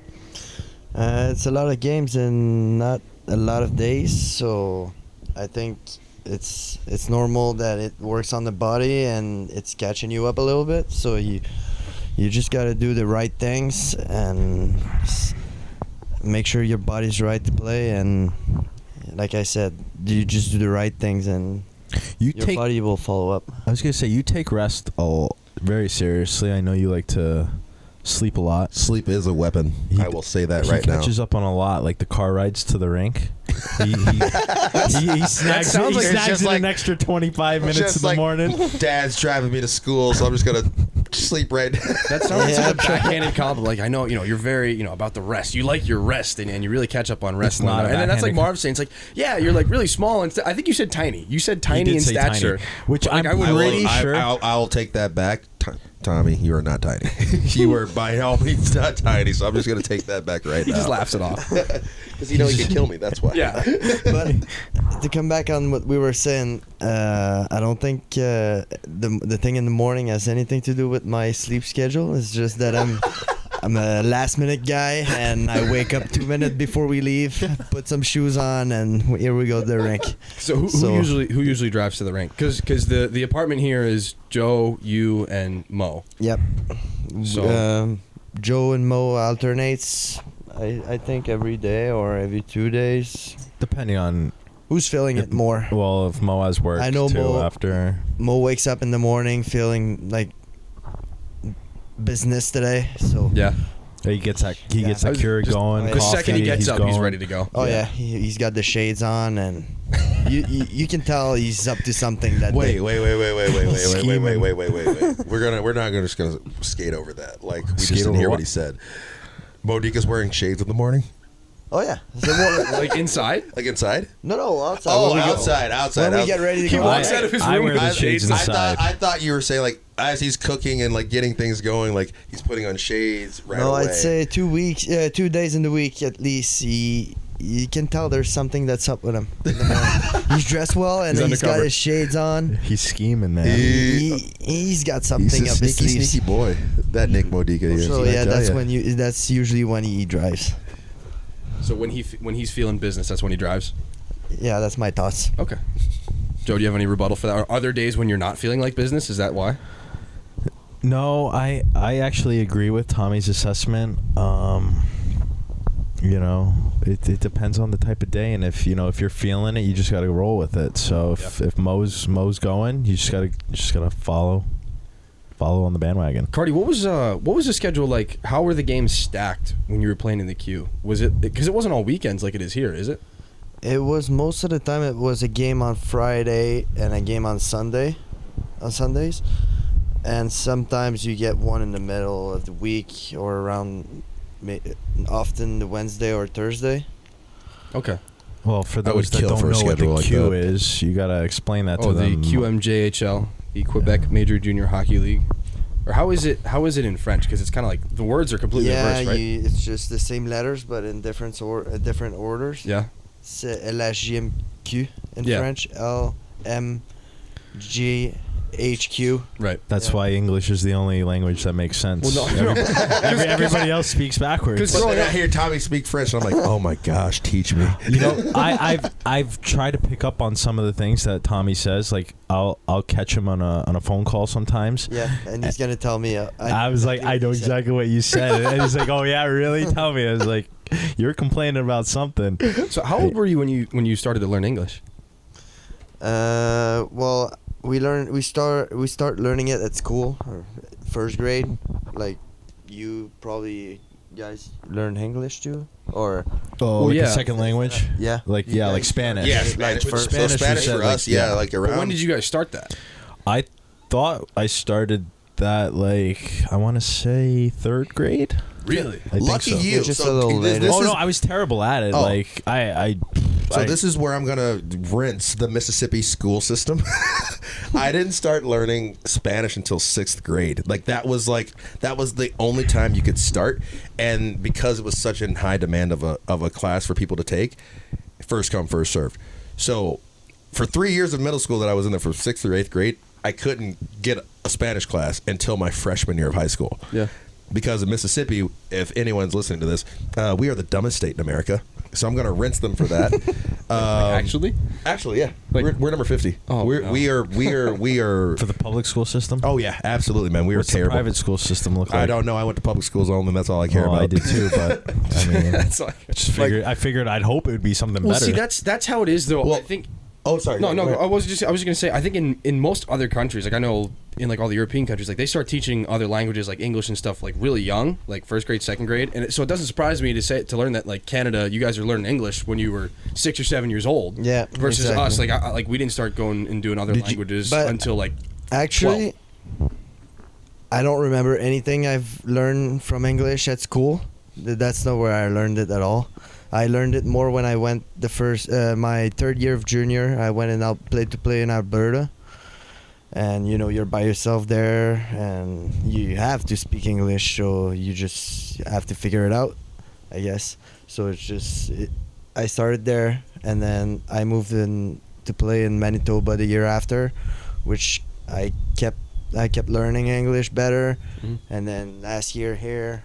Speaker 3: Uh, it's a lot of games and not a lot of days, so I think it's it's normal that it works on the body and it's catching you up a little bit. So you you just gotta do the right things and s- make sure your body's right to play. And like I said, you just do the right things and
Speaker 2: you
Speaker 3: your
Speaker 2: take
Speaker 3: body will follow up.
Speaker 2: I was gonna say you take rest all very seriously I know you like to sleep a lot
Speaker 4: Sleep is a weapon.
Speaker 2: He-
Speaker 4: I will say that
Speaker 2: he
Speaker 4: right now.
Speaker 2: catches up on a lot like the car rides to the rink he, he, he, he snags,
Speaker 4: sounds
Speaker 2: he
Speaker 4: like it's
Speaker 2: snags
Speaker 4: just
Speaker 2: in
Speaker 4: like-
Speaker 2: an extra 25 minutes in the morning
Speaker 4: Dad's driving me to school, so I'm just gonna sleep right.
Speaker 1: That sounds
Speaker 3: Yeah.
Speaker 1: like a backhanded compliment. Like I know, you know, you're very, you know, about the rest. You like your rest, and, and you really catch up on rest.
Speaker 2: It's
Speaker 1: and all
Speaker 2: not
Speaker 1: that.
Speaker 2: a
Speaker 1: and then that's like
Speaker 2: backhanded com-
Speaker 1: Marv saying, it's like, yeah, you're like really small. And st- I think you said tiny. You said tiny
Speaker 2: did
Speaker 1: in
Speaker 2: say tiny,
Speaker 1: stature,
Speaker 2: which
Speaker 1: But, like,
Speaker 2: I'm
Speaker 1: would
Speaker 4: I will-
Speaker 2: pretty
Speaker 1: really-
Speaker 4: I-
Speaker 2: sure-
Speaker 4: I'll, I'll take that back, T- Tommy. You are not tiny. you are by all means not tiny. So I'm just gonna take that back right
Speaker 1: He
Speaker 4: now.
Speaker 1: just laughs it off.
Speaker 4: because you know he could kill me. That's why.
Speaker 1: yeah,
Speaker 3: but to come back on what we were saying, uh, I don't think uh, the the thing in the morning has anything to do with my sleep schedule. It's just that I'm I'm a last minute guy, and I wake up two minutes before we leave, put some shoes on, and here we go to the rink.
Speaker 1: So who, who
Speaker 3: So-
Speaker 1: usually who usually drives to the rink? Because the the apartment here is Joe, you, and Mo.
Speaker 3: Yep.
Speaker 1: So-
Speaker 3: Um, Joe and Mo alternates. I, I think every day or every two days.
Speaker 2: depending on
Speaker 3: Who's feeling it more?
Speaker 2: well if Mo has work
Speaker 3: I know
Speaker 2: too
Speaker 3: Mo-
Speaker 2: after
Speaker 3: Mo wakes up in the morning feeling like business today. So
Speaker 1: Yeah,
Speaker 2: He gets that he
Speaker 3: Yeah.
Speaker 2: gets that cure
Speaker 1: Just-
Speaker 2: going.
Speaker 3: the
Speaker 1: the
Speaker 2: coffee,
Speaker 1: second he gets up, he's
Speaker 2: going.
Speaker 1: ready to go.
Speaker 3: Oh yeah, he, he's got the shades on, and you, you you can tell he's up to something that
Speaker 4: Wait,
Speaker 3: day.
Speaker 4: wait, wait, wait, wait, wait, wait, wait,
Speaker 2: Scheming.
Speaker 4: wait, wait, wait, wait, wait. We're gonna, we're not gonna just gonna skate over that. Like we just
Speaker 2: Skate
Speaker 4: didn't
Speaker 2: over
Speaker 4: hear what?
Speaker 2: what?
Speaker 4: he said. Monica's wearing shades in the morning,
Speaker 3: Oh yeah, so what-
Speaker 1: Like inside,
Speaker 4: like inside.
Speaker 3: no, no, outside.
Speaker 4: oh,
Speaker 3: when we go-
Speaker 4: outside, outside.
Speaker 3: when we
Speaker 4: outside.
Speaker 3: get ready to
Speaker 1: he
Speaker 3: go,
Speaker 1: walks
Speaker 3: out,
Speaker 1: out of his room.
Speaker 2: I wear
Speaker 1: with
Speaker 2: the
Speaker 1: his
Speaker 2: shades
Speaker 1: shades
Speaker 4: I
Speaker 1: on.
Speaker 2: inside.
Speaker 4: thought, I thought you were saying like as he's cooking and like getting things going, like he's putting on shades right
Speaker 3: no,
Speaker 4: away.
Speaker 3: I'd say two weeks, uh, two days in the week at least. He you can tell there's something that's up with him. in the morning. he's dressed well and
Speaker 1: He's
Speaker 3: he's got
Speaker 1: undercover.
Speaker 3: his shades on.
Speaker 2: He's scheming, man.
Speaker 3: He, he's got
Speaker 5: He's
Speaker 3: something
Speaker 5: a
Speaker 3: up his
Speaker 5: sneaky,
Speaker 3: sleeve.
Speaker 5: sneaky boy. That Nick Modica here.
Speaker 3: Oh, So yeah, that's when you. That's usually when he drives.
Speaker 1: So when he f- when he's feeling business, that's when he drives.
Speaker 3: Yeah, that's my thoughts.
Speaker 1: Okay. Joe, do you have any rebuttal for that? Are, are there days when you're not feeling like business? Is that why?
Speaker 2: No, I I actually agree with Tommy's assessment. Um, you know, it, it depends on the type of day, and if you know if you're feeling it, you just got to roll with it. So if, if Mo's Mo's going, you just gotta you just gotta follow, follow on the bandwagon.
Speaker 1: Cardi, what was uh what was the schedule like? How were the games stacked when you were playing in the queue? Was it because it wasn't all weekends like it is here, is it?
Speaker 3: It was most of the time it was a game on Friday and a game on Sunday, on Sundays, and sometimes you get one in the middle of the week or around, ma- often the Wednesday or Thursday.
Speaker 1: Okay.
Speaker 2: Well, for
Speaker 4: I would
Speaker 2: those that
Speaker 4: kill
Speaker 2: don't
Speaker 4: for a
Speaker 2: know what the
Speaker 4: schedule like
Speaker 2: Q
Speaker 4: that.
Speaker 2: is, you gotta explain that
Speaker 1: oh,
Speaker 2: to them.
Speaker 1: the QMJHL, the Quebec Major Junior Hockey League. Or how is it how is it in French? Because it's kind of like the words are completely
Speaker 3: yeah,
Speaker 1: reversed, right?
Speaker 3: you, it's just the same letters but in different or uh, different orders.
Speaker 1: yeah.
Speaker 3: C'est LHJMQ in
Speaker 1: Yeah.
Speaker 3: French. L M G H Q.
Speaker 1: Right.
Speaker 2: That's
Speaker 3: Yeah.
Speaker 2: why English is the only language that makes sense.
Speaker 1: Well, no.
Speaker 2: Every- every- everybody else speaks backwards.
Speaker 1: 'Cause
Speaker 4: But
Speaker 1: growing
Speaker 4: then I
Speaker 1: up-
Speaker 4: hear Tommy speak French, and I'm like, oh my gosh, teach me.
Speaker 2: you know, I, I've I've tried to pick up on some of the things that Tommy says. Like I'll I'll catch him on a on a phone call sometimes.
Speaker 3: Yeah, and he's gonna tell me. Uh,
Speaker 2: I was like, I know exactly what you said, and he's like, Oh yeah, really? Tell me. I was like, You're complaining about something.
Speaker 1: So how old were you when you when you started to learn English?
Speaker 3: Uh, well, we learn we start we start learning it at school, or first grade. Like, you probably guys learn English too, or
Speaker 2: Oh,
Speaker 1: Well,
Speaker 2: like
Speaker 1: yeah.
Speaker 2: a second language.
Speaker 3: yeah.
Speaker 2: Like
Speaker 3: You
Speaker 2: yeah,
Speaker 3: guys-
Speaker 2: like Spanish.
Speaker 4: Yeah,
Speaker 3: Like
Speaker 4: Spanish.
Speaker 3: for-
Speaker 4: for,
Speaker 2: Spanish, we
Speaker 4: Spanish
Speaker 2: said,
Speaker 4: for
Speaker 2: like,
Speaker 4: us, yeah,
Speaker 2: yeah.
Speaker 4: like
Speaker 1: But
Speaker 4: around.
Speaker 1: when did you guys start that?
Speaker 2: I thought I started that like I want to say third grade.
Speaker 1: Really?
Speaker 2: I think
Speaker 4: Lucky
Speaker 2: so.
Speaker 4: you.
Speaker 3: Just
Speaker 4: So
Speaker 3: a little
Speaker 4: this,
Speaker 3: later.
Speaker 4: this
Speaker 2: oh
Speaker 4: is,
Speaker 2: no, I was terrible at it.
Speaker 4: Oh.
Speaker 2: Like I, I.
Speaker 4: So
Speaker 2: I-
Speaker 4: this is where I'm gonna rinse the Mississippi school system. I didn't start learning Spanish until sixth grade. Like that was like that was the only time you could start, and because it was such in high demand of a of a class for people to take, first come first served. So for three years of middle school that I was in there from sixth through eighth grade, I couldn't get a Spanish class until my freshman year of high school.
Speaker 1: Yeah.
Speaker 4: Because in Mississippi, if anyone's listening to this, uh, we are the dumbest state in America. So I'm going to rinse them for that. um,
Speaker 1: Actually?
Speaker 4: actually, yeah,
Speaker 1: Like-
Speaker 4: we're, we're number 50.
Speaker 1: Oh,
Speaker 4: we're,
Speaker 1: no.
Speaker 4: we are, we are, we are.
Speaker 2: for the public school system.
Speaker 4: oh yeah, absolutely, man. We
Speaker 2: What's
Speaker 4: are
Speaker 2: the
Speaker 4: terrible.
Speaker 2: private school system look like?
Speaker 4: I don't know. I went to public schools only. That's all I care
Speaker 2: Well,
Speaker 4: about.
Speaker 2: I did too, but I mean,
Speaker 1: That's like-
Speaker 2: I just figured I figured I'd hope it would be something
Speaker 1: Well,
Speaker 2: Um, better.
Speaker 1: see, that's that's how it is, though. I
Speaker 4: Well-
Speaker 1: think.
Speaker 4: Oh, sorry.
Speaker 1: No,
Speaker 4: Yeah,
Speaker 1: no.
Speaker 4: go ahead.
Speaker 1: I was just I was just gonna say. I think in in most other countries, like I know in like all the European countries, like they start teaching other languages like English and stuff like really young, like first grade, second grade, and it, so it doesn't surprise me to say to learn that like Canada, you guys are learning English when you were six or seven years old.
Speaker 3: Yeah,
Speaker 1: Versus
Speaker 3: exactly.
Speaker 1: us, like I, I- like we didn't start going and doing other
Speaker 3: Did you-
Speaker 1: languages
Speaker 3: but-
Speaker 1: until like
Speaker 3: Actually, I don't remember anything I've learned from English at school. Th- That's not where I learned it at all. I learned it more when I went the first uh, my third year of junior. I went and out played to play in Alberta, and you know you're by yourself there, and you have to speak English, so you just have to figure it out, I guess. So it's just it, I started there, and then I moved in to play in Manitoba the year after, which I kept I kept learning English better,
Speaker 1: Mhm.
Speaker 3: and then last year here,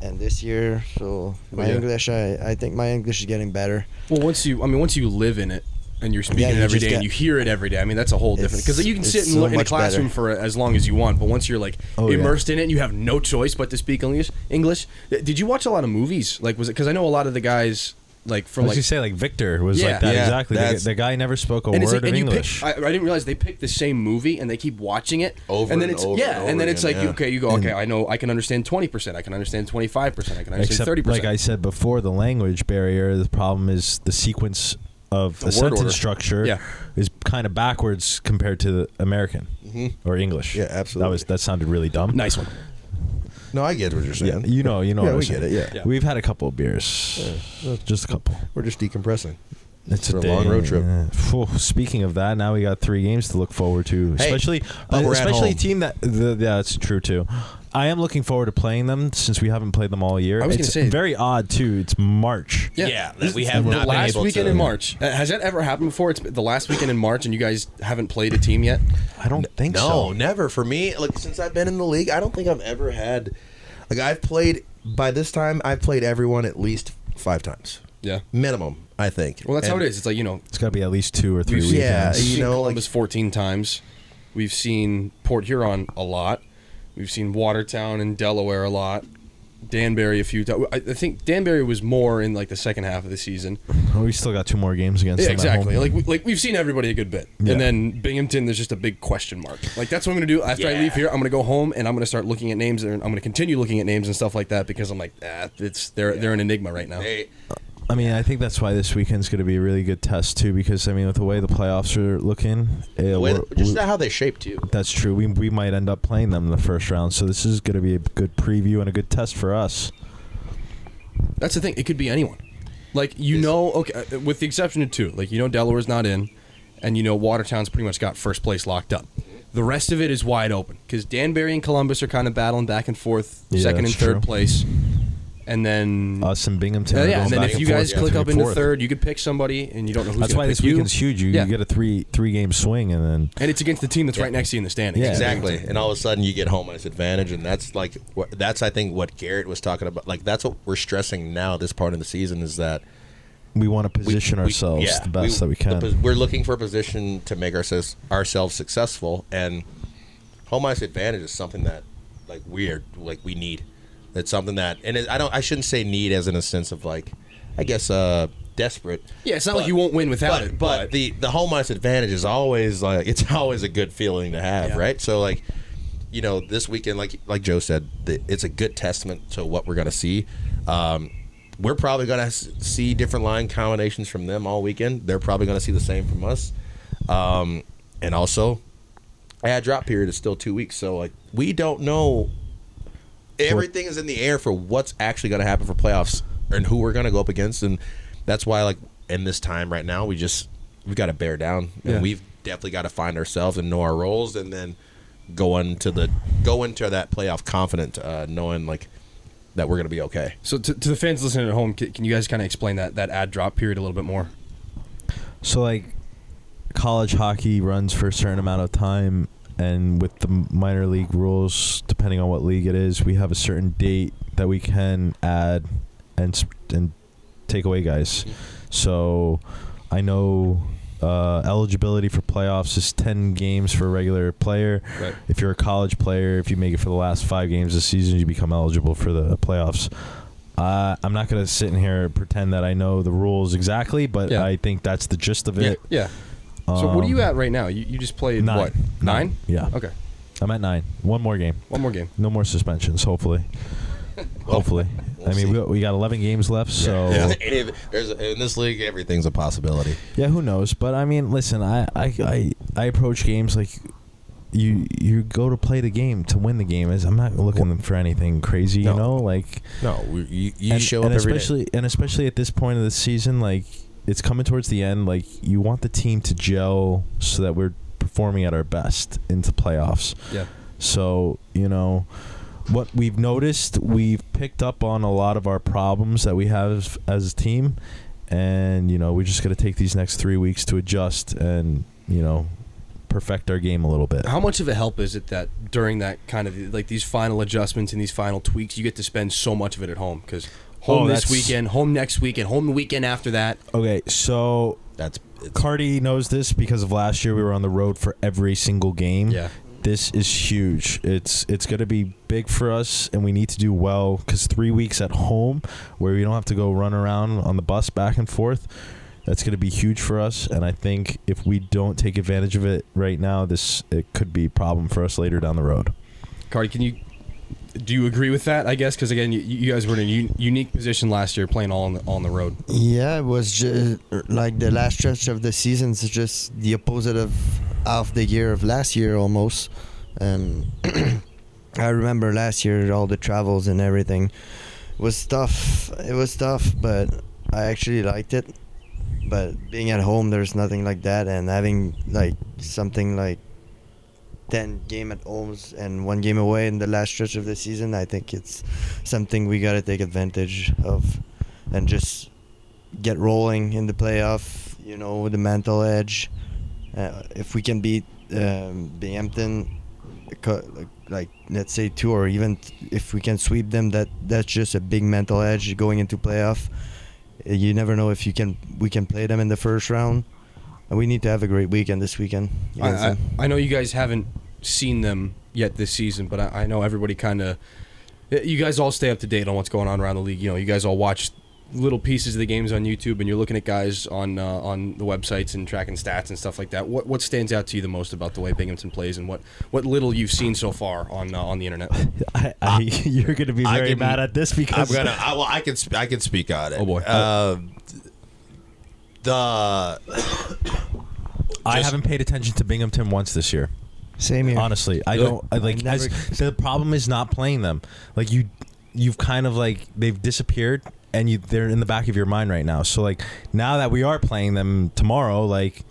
Speaker 3: and this year. So my
Speaker 1: yeah.
Speaker 3: English, I I think my English is getting better.
Speaker 1: well, once you I mean, once you live in it. And you're speaking
Speaker 3: you
Speaker 1: it every
Speaker 3: just
Speaker 1: day, and
Speaker 3: get-
Speaker 1: you hear it every day. I mean, that's a whole different because
Speaker 3: It's-
Speaker 1: you can
Speaker 3: it's
Speaker 1: sit and
Speaker 3: so
Speaker 1: look in a
Speaker 3: much better.
Speaker 1: classroom for as long as you want, but once you're like
Speaker 2: Oh, yeah.
Speaker 1: immersed in it, and you have no choice but to speak English. English. Th- Did you watch a lot of movies? Like, was it because I know a lot of the guys like
Speaker 2: I
Speaker 1: from
Speaker 2: was
Speaker 1: like
Speaker 2: gonna say like Victor was
Speaker 1: Yeah.
Speaker 2: like that
Speaker 4: Yeah,
Speaker 2: exactly. The,
Speaker 4: that's-
Speaker 2: the guy never spoke a
Speaker 1: and
Speaker 2: word
Speaker 1: it's like,
Speaker 2: of
Speaker 1: and you
Speaker 2: English.
Speaker 1: pick, I, I didn't realize they pick the same movie and they keep watching it
Speaker 4: Over
Speaker 1: and then
Speaker 4: and
Speaker 1: it's
Speaker 4: over
Speaker 1: yeah,
Speaker 4: and
Speaker 1: and,
Speaker 4: over
Speaker 1: then it's
Speaker 4: again,
Speaker 1: like
Speaker 4: yeah.
Speaker 1: okay, you go okay, I know I can understand twenty percent, I can understand twenty five percent, I can understand
Speaker 2: Except,
Speaker 1: thirty percent.
Speaker 2: like I said before, the language barrier. The problem is the sequence of the,
Speaker 1: word
Speaker 2: sentence
Speaker 1: order.
Speaker 2: structure
Speaker 1: Yeah.
Speaker 2: is kind of backwards compared to the American or English.
Speaker 4: Mm-hmm. Yeah,
Speaker 2: That
Speaker 4: absolutely.
Speaker 2: was that sounded really dumb.
Speaker 1: nice one.
Speaker 4: no, I get what you're saying.
Speaker 2: oh. Yeah, you know, you know.
Speaker 4: Yeah,
Speaker 2: what I'm
Speaker 4: we get
Speaker 2: saying.
Speaker 4: it, yeah. Yeah.
Speaker 2: we've had a couple of beers, just a couple.
Speaker 4: We're just decompressing.
Speaker 2: It's
Speaker 4: For a long road trip.
Speaker 2: yeah. Phew, speaking of that, now we got three games to look forward to,
Speaker 4: Hey,
Speaker 2: especially
Speaker 4: but
Speaker 2: uh,
Speaker 4: we're at
Speaker 2: especially a
Speaker 4: home.
Speaker 2: team that the, yeah, that's true too. I am looking forward to playing them since we haven't played them all year.
Speaker 1: I was gonna
Speaker 2: it's
Speaker 1: say-
Speaker 2: very odd too. It's March.
Speaker 1: Yeah,
Speaker 4: Yeah, that
Speaker 1: This
Speaker 4: we
Speaker 1: is
Speaker 4: have
Speaker 1: the
Speaker 4: not been
Speaker 1: last
Speaker 4: able
Speaker 1: weekend
Speaker 4: to-
Speaker 1: in March. Uh, Has that ever happened before? It's the last weekend in March, and you guys haven't played a team yet.
Speaker 2: I don't think
Speaker 4: No,
Speaker 2: so.
Speaker 4: never. For me, like since I've been in the league, I don't think I've ever had like I've played by this time I've played everyone at least five times.
Speaker 1: Yeah.
Speaker 4: Minimum, I think.
Speaker 1: Well, that's how
Speaker 4: And-
Speaker 1: it is. It's like you know,
Speaker 2: It's got to be at least two or three
Speaker 1: We've
Speaker 2: weekends.
Speaker 1: seen- we've
Speaker 4: Yeah, you
Speaker 1: seen
Speaker 4: know, like-
Speaker 1: Columbus fourteen times. We've seen Port Huron a lot. We've seen Watertown and Delaware a lot. Danbury a few times. I I think Danbury was more in like the second half of the season.
Speaker 2: Oh, we still got two more games against
Speaker 1: Yeah,
Speaker 2: them at home.
Speaker 1: exactly. Like we, like we've seen everybody a good bit,
Speaker 2: Yeah.
Speaker 1: and then Binghamton, there's just a big question mark. Like that's what I'm gonna do after I
Speaker 4: Yeah.
Speaker 1: leave here. I'm gonna go home and I'm gonna start looking at names, and I'm gonna continue looking at names and stuff like that because I'm like, ah, it's they're they're an enigma right now.
Speaker 4: Hey,
Speaker 2: I mean, I think that's why this weekend's going to be a really good test too, because I mean, with the way the playoffs are looking, eh,
Speaker 4: the way-
Speaker 2: we're-
Speaker 4: just
Speaker 2: we-
Speaker 4: how they shape too.
Speaker 2: that's true. We we might end up playing them in the first round, so this is going to be a good preview and a good test for us.
Speaker 1: That's the thing. It could be anyone. Like you know, okay, uh, with the exception of two. Like you know, Delaware's not in, and you know, Watertown's pretty much got first place locked up. The rest of it is wide open because Danbury and Columbus are kind of battling back and forth,
Speaker 2: Yeah,
Speaker 1: second and
Speaker 2: that's
Speaker 1: third
Speaker 2: true.
Speaker 1: place, and then
Speaker 2: Us and Binghamton.
Speaker 1: Uh,
Speaker 2: are
Speaker 1: yeah,
Speaker 2: going
Speaker 1: and then
Speaker 2: back
Speaker 1: if you
Speaker 2: forth,
Speaker 1: guys
Speaker 2: yeah,
Speaker 1: click
Speaker 2: three
Speaker 1: up into
Speaker 2: fourth.
Speaker 1: third, you could pick somebody, and you don't know who's.
Speaker 2: that's
Speaker 1: gonna
Speaker 2: why this
Speaker 1: pick you.
Speaker 2: weekend's huge. You,
Speaker 1: yeah.
Speaker 2: you get a three three game swing, and then
Speaker 1: and it's against the team that's right next to you in the standings.
Speaker 2: Yeah.
Speaker 4: Exactly. And all of a sudden you get home ice advantage and that's like what that's I think what Garrett was talking about. Like that's what we're stressing now this part of the season is that
Speaker 2: we want to
Speaker 4: we-
Speaker 2: position
Speaker 4: we-
Speaker 2: ourselves
Speaker 4: yeah,
Speaker 2: the best that we
Speaker 4: the
Speaker 2: can.
Speaker 4: pos- we're looking for a position to make ourselves ourselves successful, and home ice advantage is something that like we are like we need. That's something that, and it, I don't. I shouldn't say need as in a sense of like, I guess uh desperate.
Speaker 1: Yeah, it's not like
Speaker 4: But-
Speaker 1: you won't win without
Speaker 4: but,
Speaker 1: it,
Speaker 4: But,
Speaker 1: but-
Speaker 4: the the home ice advantage is always like it's always a good feeling to have,
Speaker 1: Yeah.
Speaker 4: right? So like, you know, this weekend, like like Joe said, th- it's a good testament to what we're gonna see. Um, we're probably gonna s- see different line combinations from them all weekend. They're probably gonna see the same from us. Um, and also, ad drop period is still two weeks, so like we don't know. Everything is in the air for what's actually going to happen for playoffs and who we're going to go up against, and that's why like in this time right now we just we've got to bear down and
Speaker 1: Yeah.
Speaker 4: we've definitely got to find ourselves and know our roles, and then go into the go into that playoff confident, uh, knowing like that we're going to be okay.
Speaker 1: So to, to the fans listening at home, can, can you guys kind of explain that that ad drop period a little bit more?
Speaker 2: So like college hockey runs for a certain amount of time and with the minor league rules depending on what league it is, we have a certain date that we can add and s- and take away guys. So I know uh, eligibility for playoffs is 10 games for a regular player.
Speaker 1: Right.
Speaker 2: If you're a college player, if you make it for the last 5 games of the season, you become eligible for the playoffs. Uh, I'm not going to sit in here and pretend that I know the rules exactly, but
Speaker 1: Yeah.
Speaker 2: I think that's the gist of it.
Speaker 1: Yeah. So what are
Speaker 2: Um,
Speaker 1: you at right now? You, you just played
Speaker 2: Nine.
Speaker 1: what nine?
Speaker 2: Nine, yeah.
Speaker 1: Okay.
Speaker 2: I'm at nine. One more game.
Speaker 1: One more game.
Speaker 2: No more suspensions, hopefully. hopefully.
Speaker 4: we'll
Speaker 2: I mean, we,
Speaker 4: see.
Speaker 2: we got 11 games left, so.
Speaker 4: Any of- there's in this league everything's a possibility.
Speaker 2: Yeah, who knows? But I mean, listen, I I, I, I approach games like you you go to play the game to win the game. Is I'm not looking for anything crazy,
Speaker 4: No.
Speaker 2: you know, like
Speaker 4: No, we, you, you
Speaker 2: and,
Speaker 4: show
Speaker 2: and
Speaker 4: up every day.
Speaker 2: especially and especially at this point of the season, like it's coming towards the end. Like you want the team to gel so that we're performing at our best into playoffs.
Speaker 1: Yeah.
Speaker 2: So, you know, what we've noticed, we've picked up on a lot of our problems that we have as a team. And, you know, we just got to take these next three weeks to adjust and, you know, perfect our game a little bit.
Speaker 1: How much of a help is it that during that kind of like these final adjustments and these final tweaks, you get to spend so much of it at home because home
Speaker 2: Oh,
Speaker 1: this
Speaker 2: that's-
Speaker 1: weekend, home next weekend, home the weekend after that.
Speaker 2: Okay, so
Speaker 4: That's it's,
Speaker 2: Cardi knows this because of last year we were on the road for every single game.
Speaker 1: Yeah.
Speaker 2: This is huge. It's it's going to be big for us and we need to do well cuz 3 weeks at home where we don't have to go run around on the bus back and forth. That's going to be huge for us and I think if we don't take advantage of it right now this it could be a problem for us later down the road.
Speaker 1: Cardi, can you do you agree with that? I guess because again, you, you guys were in a u- unique position last year, playing all on the, on the road.
Speaker 3: Yeah, it was just like the last stretch of the season is just the opposite of of the year of last year almost. Um, I remember last year all the travels and everything was tough. It was tough, but I actually liked it. But being at home, there's nothing like that, and having like something like ten game at homes and one game away in the last stretch of the season, I think it's something we gotta take advantage of and just get rolling in the playoff. You know, with the mental edge. Uh, if we can beat um, Binghamton, co- like, like let's say two, or even th- if we can sweep them, that that's just a big mental edge going into playoff. Uh, You never know if you can we can play them in the first round. And we need to have a great weekend this weekend. against
Speaker 1: I, I,
Speaker 3: them.
Speaker 1: I know you guys haven't seen them yet this season, but I, I know everybody kind of. You guys all stay up to date on what's going on around the league. You know, you guys all watch little pieces of the games on YouTube, and you're looking at guys on uh, on the websites and tracking stats and stuff like that. What what stands out to you the most about the way Binghamton plays, and what, what little you've seen so far on uh, on the internet?
Speaker 2: I, I, you're gonna be
Speaker 4: I
Speaker 2: very
Speaker 4: can-
Speaker 2: mad at this
Speaker 4: I'm
Speaker 2: because
Speaker 4: gonna. I, well, I can. Sp- I can speak on it.
Speaker 1: Oh, boy.
Speaker 4: Um, the
Speaker 2: I
Speaker 4: just-
Speaker 2: haven't paid attention to Binghamton once this year.
Speaker 3: Same here.
Speaker 2: Honestly, I don't I, like.
Speaker 3: I
Speaker 2: as-
Speaker 3: never-
Speaker 2: the problem is not playing them. Like you, you've kind of like they've disappeared, and you they're in the back of your mind right now. So like now that we are playing them tomorrow, like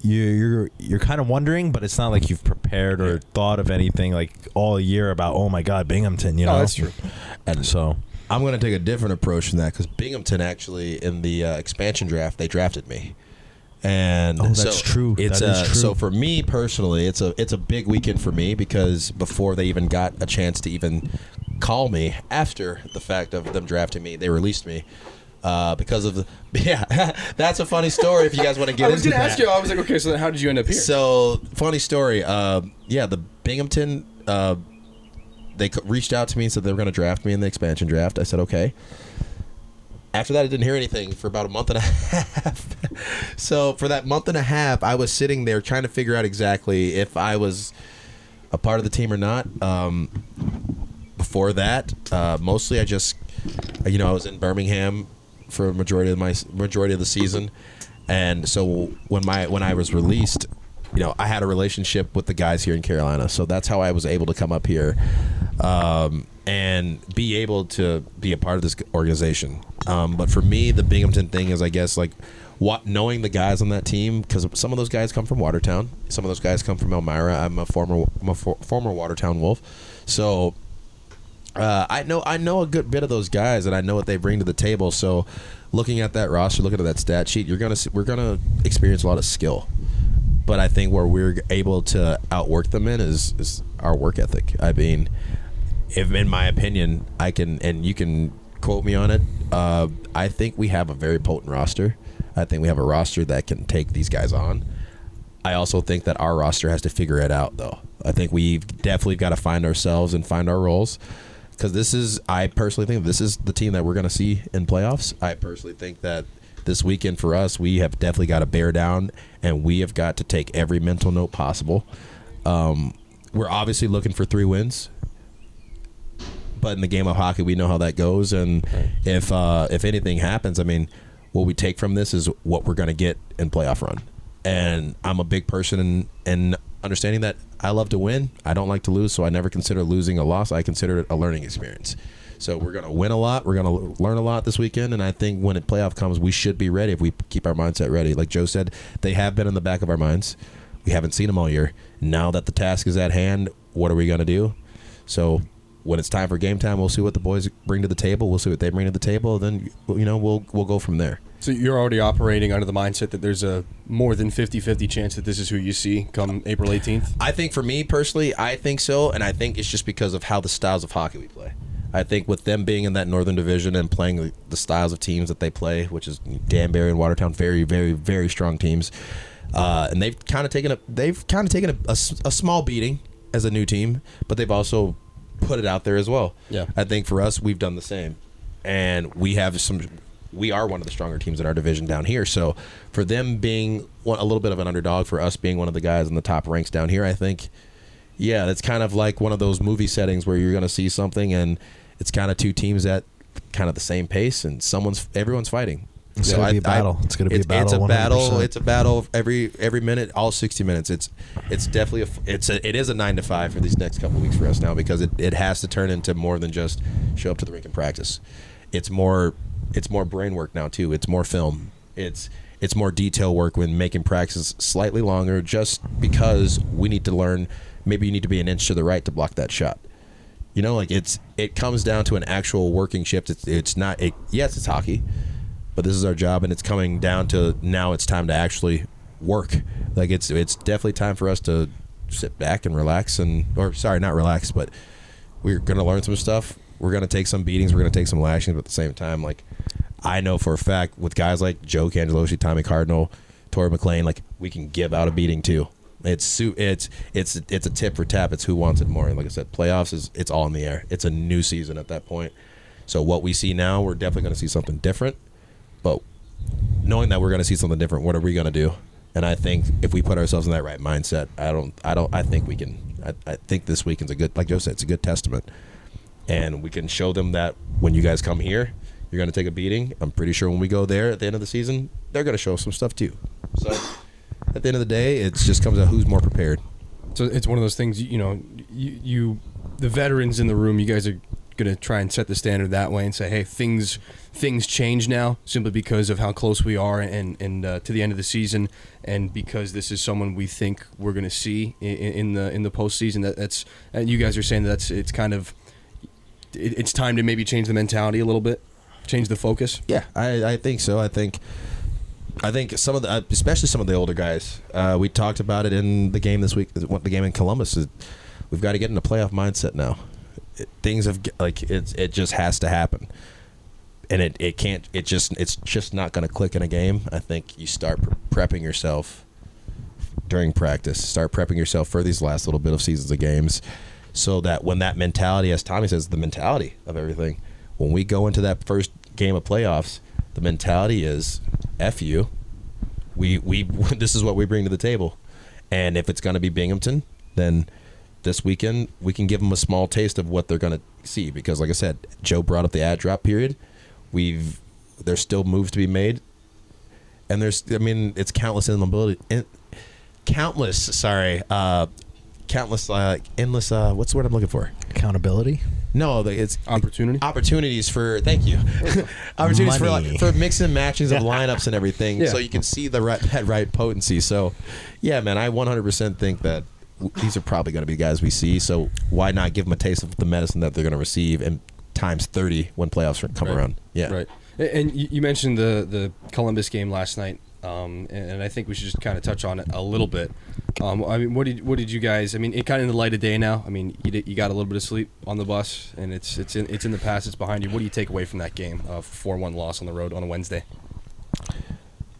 Speaker 2: you, you're you're kind of wondering, but it's not like you've prepared or thought of anything like all year about. Oh my God, Binghamton. You know
Speaker 1: No, that's true.
Speaker 2: And so
Speaker 4: I'm gonna take a different approach from that because Binghamton actually in the uh, expansion draft they drafted me. And
Speaker 2: Oh, that's
Speaker 4: so
Speaker 2: true.
Speaker 4: It's
Speaker 2: That is
Speaker 4: uh,
Speaker 2: true.
Speaker 4: so for me personally, it's a it's a big weekend for me because before they even got a chance to even call me after the fact of them drafting me, they released me uh, because of the, yeah. that's a funny story if you guys want to get
Speaker 1: I was
Speaker 4: into
Speaker 1: gonna
Speaker 4: that.
Speaker 1: ask you. I was like, okay, so then how did you end up here?
Speaker 4: So funny story. Uh, yeah, the Binghamton. Uh, they c- reached out to me and said they were going to draft me in the expansion draft. I said okay. After that, I didn't hear anything for about a month and a half. so for that month and a half, I was sitting there trying to figure out exactly if I was a part of the team or not. Um, before that, uh, mostly I just, you know, I was in Birmingham for a majority of my majority of the season, and so when my when I was released, you know, I had a relationship with the guys here in Carolina, so that's how I was able to come up here, um, and be able to be a part of this organization. Um, but for me, the Binghamton thing is, I guess, like. What, knowing the guys on that team because some of those guys come from Watertown, some of those guys come from Elmira. I'm a former, I'm a for, former Watertown Wolf, so uh, I know I know a good bit of those guys, and I know what they bring to the table. So, looking at that roster, looking at that stat sheet, you're gonna see, we're gonna experience a lot of skill. But I think where we're able to outwork them in is, is our work ethic. I mean, if in my opinion, I can and you can quote me on it. Uh, I think we have a very potent roster. I think we have a roster that can take these guys on. I also think that our roster has to figure it out, though. I think we've definitely got to find ourselves and find our roles because this is, I personally think this is the team that we're going to see in playoffs. I personally think that this weekend for us, we have definitely got to bear down and we have got to take every mental note possible. Um, we're obviously looking for three wins. But in the game of hockey, we know how that goes, and if uh, if anything happens, I mean, what we take from this is what we're going to get in playoff run. And I'm a big person in, in understanding that I love to win. I don't like to lose, so I never consider losing a loss. I consider it a learning experience. So we're going to win a lot. We're going to learn a lot this weekend, and I think when it playoff comes, we should be ready if we keep our mindset ready. Like Joe said, they have been in the back of our minds. We haven't seen them all year. Now that the task is at hand, what are we going to do? So when it's time for game time, we'll see what the boys bring to the table. We'll see what they bring to the table. Then you know we'll we'll go from there.
Speaker 1: So you're already operating under the mindset that there's a more than 50-50 chance that this is who you see come April 18th.
Speaker 4: I think for me personally, I think so, and I think it's just because of how the styles of hockey we play. I think with them being in that Northern Division and playing the- the styles of teams that they play, which is Danbury and Watertown, very, very, very strong teams, uh, and they've kind of taken a they've kind of taken a, a s- a small beating as a new team, but they've also put it out there as well.
Speaker 1: Yeah.
Speaker 4: I think for us, we've done the same, and we have some. We are one of the stronger teams in our division down here. So, for them being one, a little bit of an underdog, for us being one of the guys in the top ranks down here, I think, yeah, that's kind of like one of those movie settings where you're going to see something, and it's kind of two teams at kind of the same pace, and someone's everyone's fighting.
Speaker 2: It's gonna be a battle. It's gonna be a
Speaker 4: It's
Speaker 2: battle,
Speaker 4: a battle.
Speaker 2: 100%.
Speaker 4: It's a battle every every minute, all sixty minutes. It's it's definitely a f- it's a, it is a nine to five for these next couple of weeks for us now because it, it has to turn into more than just show up to the rink and practice. It's more it's more brain work now too. It's more film. It's it's more detail work when making practice slightly longer, just because we need to learn maybe you need to be an inch to the right to block that shot. You know, like it's it comes down to an actual working shift. It's it's not. It, yes, it's hockey, but this is our job, and it's coming down to now. It's time to actually work. Like it's it's definitely time for us to sit back and relax, and or sorry, not relax, but we're gonna learn some stuff. We're gonna take some beatings. We're gonna take some lashings, but at the same time, like I know for a fact with guys like Joe Cangelosi, Tommy Cardinal, Tori McLean, like we can give out a beating too. It's su- it's it's it's a tip for tap. It's who wants it more. And like I said, playoffs is it's all in the air. It's a new season at that point. So what we see now, we're definitely gonna see something different. But knowing that we're gonna see something different, what are we gonna do? And I think if we put ourselves in that right mindset, I don't I don't I think we can I, I think this weekend's a good like Joe said, it's a good testament and we can show them that when you guys come here, you're going to take a beating. I'm pretty sure when we go there at the end of the season, they're going to show us some stuff too. So at the end of the day, it just comes out who's more prepared.
Speaker 1: So it's one of those things, you know, you, you the veterans in the room, you guys are going to try and set the standard that way and say, hey, things things change now simply because of how close we are and and uh, to the end of the season, and because this is someone we think we're going to see in, in the in the postseason. That, that's and you guys are saying that's it's kind of it, it's time to maybe change the mentality a little bit, change the focus.
Speaker 4: Yeah, I, I think so. I think I think some of the uh, especially some of the older guys. Uh, we talked about it in the game this week. What the game in Columbus is, we've got to get in a playoff mindset now. It, things have like it's it just has to happen, and it, it can't. It just it's just not going to click in a game. I think you start prepping yourself during practice. Start prepping yourself for these last little bit of seasons of games, so that when that mentality, as Tommy says, the mentality of everything, when we go into that first game of playoffs, the mentality is f you. We we this is what we bring to the table, and if it's going to be Binghamton, then this weekend we can give them a small taste of what they're going to see because, like I said, Joe brought up the ad drop period. We've there's still moves to be made, and there's I mean it's countless inability, in, countless sorry, uh, countless uh, endless uh, what's the word I'm looking for?
Speaker 6: Accountability.
Speaker 4: No, the- it's
Speaker 1: Opportunity.
Speaker 4: opportunities for thank you opportunities for
Speaker 6: Money.
Speaker 4: like for mix and matchings of lineups and everything
Speaker 1: Yeah.
Speaker 4: so you can see the right that right potency so yeah man i 100% think that w- these are probably going to be guys we see so why not give them a taste of the medicine that they're going to receive and times 30 when playoffs come
Speaker 1: Right.
Speaker 4: around yeah
Speaker 1: Right. A- And you you mentioned the the Columbus game last night, um, and and I think we should just kind of touch on it a little bit. Um, I mean, what did what did you guys? I mean, it kind of in the light of day now. I mean, you, did, you got a little bit of sleep on the bus, and it's it's in it's in the past. It's behind you. What do you take away from that game? A four one loss on the road on a Wednesday.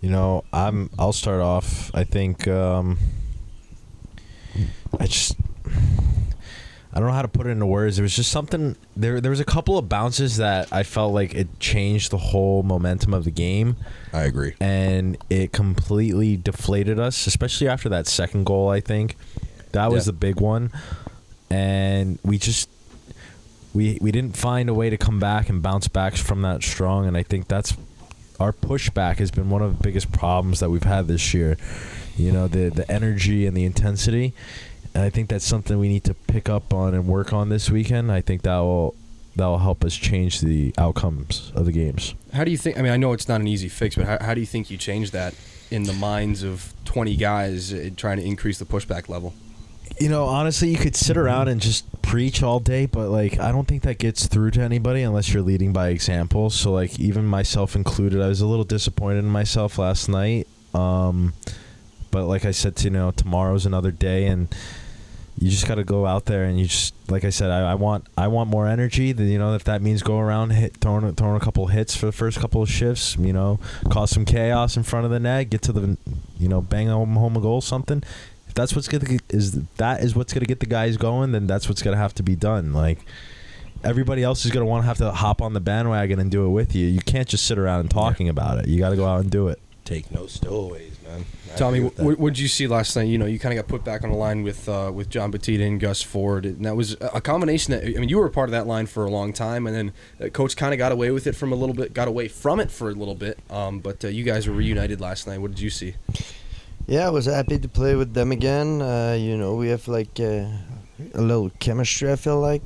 Speaker 2: You know, I'm. I'll start off. I think. Um, I just. I don't know how to put it into words. There was just something. There, there was a couple of bounces that I felt like it changed the whole momentum of the game,
Speaker 4: i agree
Speaker 2: and it completely deflated us. Especially after that second goal, I think that was
Speaker 4: Yeah.
Speaker 2: the big one, and we just we we didn't find a way to come back and bounce back from that strong. And I think that's our pushback has been one of the biggest problems that we've had this year. You know, the the energy and the intensity. And I think that's something we need to pick up on and work on this weekend. I think that will that will help us change the outcomes of the games.
Speaker 1: How do you think? I mean, I know it's not an easy fix, but how, how do you think you change that in the minds of twenty guys uh, trying to increase the pushback level?
Speaker 2: You know, honestly, you could sit around and just preach all day, but like I don't think that gets through to anybody unless you're leading by example. So like even myself included, I was a little disappointed in myself last night. Um but like I said, to, you know, tomorrow's another day and you just got to go out there and you just like I said, I, I want I want more energy. That you know, if that means go around hit throwing throwing a couple hits for the first couple of shifts, you know, cause some chaos in front of the net, get to the you know, bang home, home a goal something. If that's what's gonna get, is that is what's gonna get the guys going, then that's what's gonna have to be done. Like everybody else is gonna want to have to hop on the bandwagon and do it with you. You can't just sit around and talking about it. You got to go out and do it.
Speaker 4: take no stowaways man I
Speaker 1: Tommy,
Speaker 4: agree with that.
Speaker 1: what would you see last night? You know, you kind of got put back on the line with uh, with John Batista and Gus Ford, and that was a a combination that I mean, you were a part of that line for a long time, and then uh, Coach kind of got away with it from a little bit, got away from it for a little bit. Um, but uh, you guys were reunited last night. What did you see?
Speaker 3: Yeah, I was happy to play with them again. Uh, you know, we have like uh, a little chemistry. I feel like,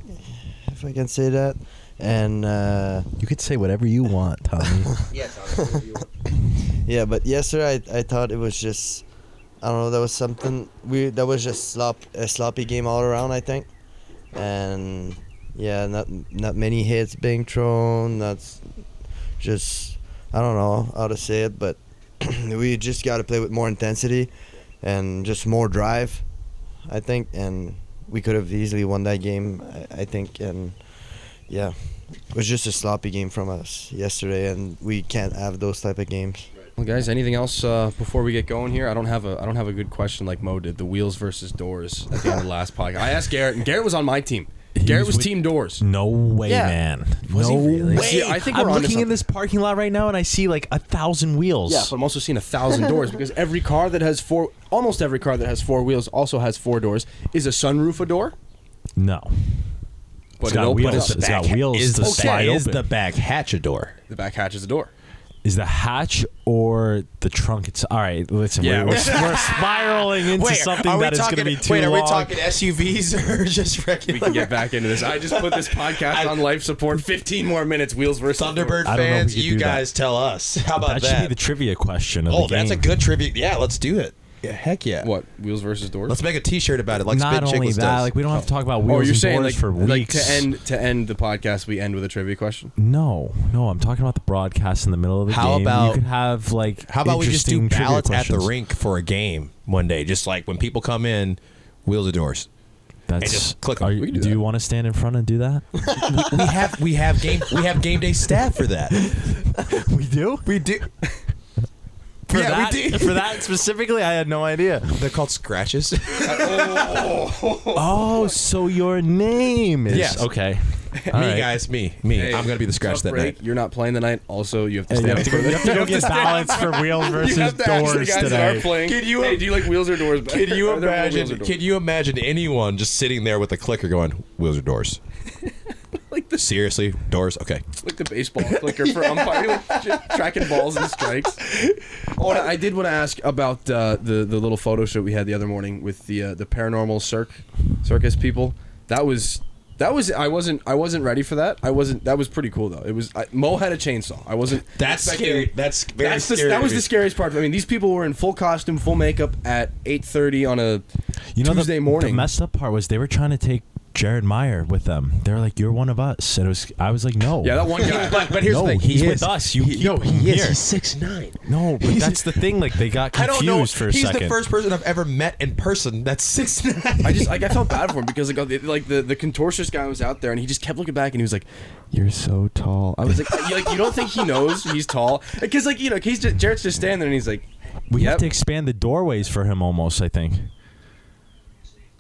Speaker 3: if I can say that, and uh,
Speaker 2: You could say whatever you want, Tommy.
Speaker 3: yeah. But yesterday, I, I thought it was just I don't know. That was something we. That was just slop a sloppy game all around. I think, and yeah, not not many hits being thrown. That's just I don't know how to say it, but we just got to play with more intensity and just more drive. I think, and we could have easily won that game. I, I think, and yeah, it was just a sloppy game from us yesterday, and we can't have those type of games.
Speaker 1: Well, guys, anything else uh, before we get going here? I don't have a I don't have a good question like Mo did. The wheels versus doors at the end of the last podcast. I asked Garrett, and Garrett was on my team. Garrett was
Speaker 2: with-
Speaker 1: team doors.
Speaker 2: No way,
Speaker 1: Yeah.
Speaker 2: man.
Speaker 1: Was he
Speaker 2: no
Speaker 1: really?
Speaker 2: way.
Speaker 1: See, I think
Speaker 2: I'm
Speaker 1: we're onto
Speaker 2: looking in
Speaker 1: something.
Speaker 2: this parking lot right now, and I see like a thousand wheels.
Speaker 1: Yeah, but I'm also seeing a thousand doors because every car that has four, almost every car that has four wheels also has four doors. Is a sunroof a door?
Speaker 2: no,
Speaker 1: But
Speaker 2: it's got wheels.
Speaker 1: up.
Speaker 2: It's got wheels
Speaker 4: Is
Speaker 2: to
Speaker 4: the,
Speaker 2: slide
Speaker 4: is
Speaker 2: open.
Speaker 4: the back hatch a door?
Speaker 1: The back hatch is a door.
Speaker 2: Is the hatch or the trunk? It's all right. Listen,
Speaker 1: Yeah.
Speaker 2: we're, we're, we're spiraling into something that is going to be too
Speaker 4: Wait, are we
Speaker 2: long.
Speaker 4: talking SUVs or just
Speaker 1: We
Speaker 4: regular
Speaker 1: can get back into this. I just put this podcast
Speaker 4: I-
Speaker 1: on life support. 15 more minutes. Wheels versus
Speaker 4: Thunderbird
Speaker 2: I don't know if we
Speaker 4: fans?
Speaker 2: could
Speaker 4: You
Speaker 2: do that.
Speaker 4: guys tell us. How about
Speaker 2: that
Speaker 4: that?
Speaker 2: should be the trivia question of
Speaker 4: oh,
Speaker 2: the game.
Speaker 4: that's a good tribute. Yeah, let's do it. Yeah, heck yeah.
Speaker 1: doors. What wheels versus doors?
Speaker 4: Let's make a T-shirt about it, like
Speaker 2: Not
Speaker 4: Spin
Speaker 2: only
Speaker 4: Chicklets
Speaker 2: that,
Speaker 4: does.
Speaker 2: like we don't have to talk about wheels
Speaker 1: oh, you're
Speaker 2: and
Speaker 1: saying
Speaker 2: doors
Speaker 1: like,
Speaker 2: for weeks.
Speaker 1: like to end to end the podcast, we end with a trivia question.
Speaker 2: No, no, I'm talking about the broadcast in the middle of the
Speaker 4: How
Speaker 2: game. you
Speaker 4: about-
Speaker 2: could have like
Speaker 4: How about we just do
Speaker 2: interesting trivia
Speaker 4: ballots at the
Speaker 2: questions.
Speaker 4: rink for a game one day? Just like when people come in, wheels of doors.
Speaker 2: That's
Speaker 4: just click 'em.
Speaker 2: are
Speaker 4: We
Speaker 2: you,
Speaker 4: can do
Speaker 2: do,
Speaker 4: that.
Speaker 2: you want to stand in front and do that?
Speaker 4: we have we have game we have game day staff for that.
Speaker 2: we do.
Speaker 4: We do.
Speaker 2: For
Speaker 4: yeah,
Speaker 2: that,
Speaker 4: we do.
Speaker 2: for that specifically, I had no idea.
Speaker 4: They're called scratches.
Speaker 2: Oh, so your name is
Speaker 4: Yes.
Speaker 2: okay.
Speaker 4: me
Speaker 2: All right.
Speaker 4: guys, me, me. I'm gonna be the scratch
Speaker 1: tough
Speaker 4: that
Speaker 1: break.
Speaker 4: night.
Speaker 1: You're not playing tonight. Also, you have to
Speaker 2: Hey, you
Speaker 1: stay
Speaker 2: have
Speaker 1: up
Speaker 2: to go,
Speaker 1: for
Speaker 2: you have to go get ballots for wheels versus doors today.
Speaker 1: Can you, hey, do you like wheels or doors? better?
Speaker 4: Can you
Speaker 1: Are there more wheels or
Speaker 4: imagine?
Speaker 1: doors?
Speaker 4: Can you imagine anyone just sitting there with a clicker going wheels or doors?
Speaker 1: Like the-
Speaker 4: seriously doors. Okay,
Speaker 1: like the baseball clicker for umpire, like, j- tracking balls and strikes. Oh, and I did want to ask about uh, the the little photo shoot we had the other morning with the uh, the paranormal circ circus people. That was that was I wasn't I wasn't ready for that. I wasn't that was pretty cool though. It was I, Mo had a chainsaw. I wasn't
Speaker 4: that's
Speaker 1: expecting-
Speaker 4: scary. That's very
Speaker 1: That's the,
Speaker 4: scary.
Speaker 1: that was
Speaker 4: to me.
Speaker 1: the scariest part. I mean, these people were in full costume, full makeup at eight thirty on a
Speaker 2: You know, the-
Speaker 1: Tuesday
Speaker 2: the,
Speaker 1: morning.
Speaker 2: messed up part was they were trying to take Jared Meyer with them. They were like, "You're one of us," and it was. I was like, "No."
Speaker 1: yeah, that one guy.
Speaker 4: But, but here's
Speaker 2: No,
Speaker 4: the thing.
Speaker 2: he's
Speaker 4: he
Speaker 2: with
Speaker 4: is-
Speaker 2: us. You
Speaker 4: he,
Speaker 2: keep
Speaker 4: no,
Speaker 2: him
Speaker 4: he is.
Speaker 2: here.
Speaker 4: He's six nine.
Speaker 2: No, but
Speaker 4: He's-
Speaker 2: that's the thing. Like they got
Speaker 4: I
Speaker 2: confused
Speaker 4: don't know.
Speaker 2: for a
Speaker 4: he's
Speaker 2: second.
Speaker 4: the first person I've ever met in person that's six nine.
Speaker 1: I just like I felt bad for him because like oh, the, like the the contortionist guy was out there and he just kept looking back and he was like, "You're so tall." I was like, you, "Like you don't think he knows he's tall?" Because like you know, he's just, Jared's just standing there and he's like,
Speaker 2: we
Speaker 1: yep.
Speaker 2: have to expand the doorways for him almost. I think.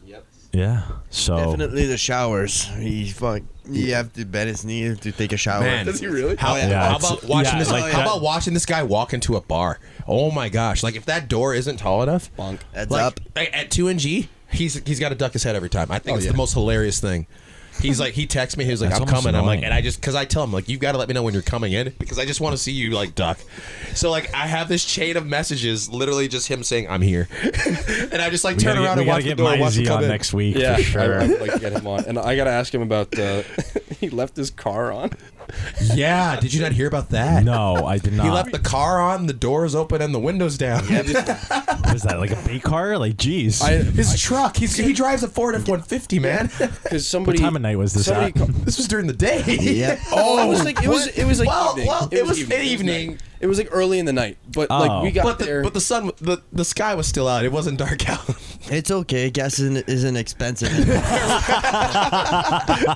Speaker 1: Yep.
Speaker 2: Yeah. So
Speaker 3: Definitely the showers. He fuck. You have to bend his knee to take a shower.
Speaker 4: Man.
Speaker 1: Does he really?
Speaker 4: How,
Speaker 3: Oh, yeah.
Speaker 2: Yeah,
Speaker 4: how
Speaker 2: it's-
Speaker 4: about watching
Speaker 2: yeah,
Speaker 4: this?
Speaker 2: like
Speaker 4: how
Speaker 2: that-
Speaker 4: about watching this guy walk into a bar? Oh my gosh! Like if that door isn't tall enough,
Speaker 1: Bonk.
Speaker 3: Heads
Speaker 4: like
Speaker 3: up.
Speaker 4: like, at two and G, he's he's got to duck his head every time. I think
Speaker 1: Oh,
Speaker 4: it's
Speaker 1: yeah.
Speaker 4: the most hilarious thing. He's like he texts me. He's like
Speaker 2: That's
Speaker 4: I'm
Speaker 2: almost
Speaker 4: coming. I'm like
Speaker 2: annoying.
Speaker 4: and I just because I tell him like you've got to let me know when you're coming in because I just want to see you like duck. So like I have this chain of messages, literally just him saying I'm here, and I just like
Speaker 2: we
Speaker 4: turn
Speaker 2: gotta get, we
Speaker 4: around
Speaker 2: gotta
Speaker 4: and watch the
Speaker 2: get
Speaker 4: door, watch him
Speaker 2: Mizey
Speaker 4: come
Speaker 2: on
Speaker 4: in.
Speaker 2: next week
Speaker 1: Yeah,
Speaker 2: for sure.
Speaker 1: I, I would like to get him on, and I gotta ask him about. Uh, he left his car on.
Speaker 4: Yeah, did you not hear about that?
Speaker 2: no, I did not.
Speaker 4: He left the car on, the doors open, and the windows down.
Speaker 2: Was that like a bait car? Like, jeez.
Speaker 1: I,
Speaker 4: His truck. He's, he drives a Ford F 150, man.
Speaker 1: because somebody.
Speaker 2: time of night was this
Speaker 1: somebody
Speaker 2: at?
Speaker 1: ca-
Speaker 4: this was during the day.
Speaker 3: Yeah.
Speaker 1: Oh, it was like it was it was like
Speaker 4: well,
Speaker 1: evening.
Speaker 4: well, it was
Speaker 1: evening.
Speaker 4: evening.
Speaker 1: night. It was like early in the night, but like
Speaker 2: Oh.
Speaker 1: we got
Speaker 4: But the,
Speaker 1: there.
Speaker 4: but the sun, the, the sky was still out. It wasn't dark out.
Speaker 3: It's okay. Gas isn't, isn't expensive.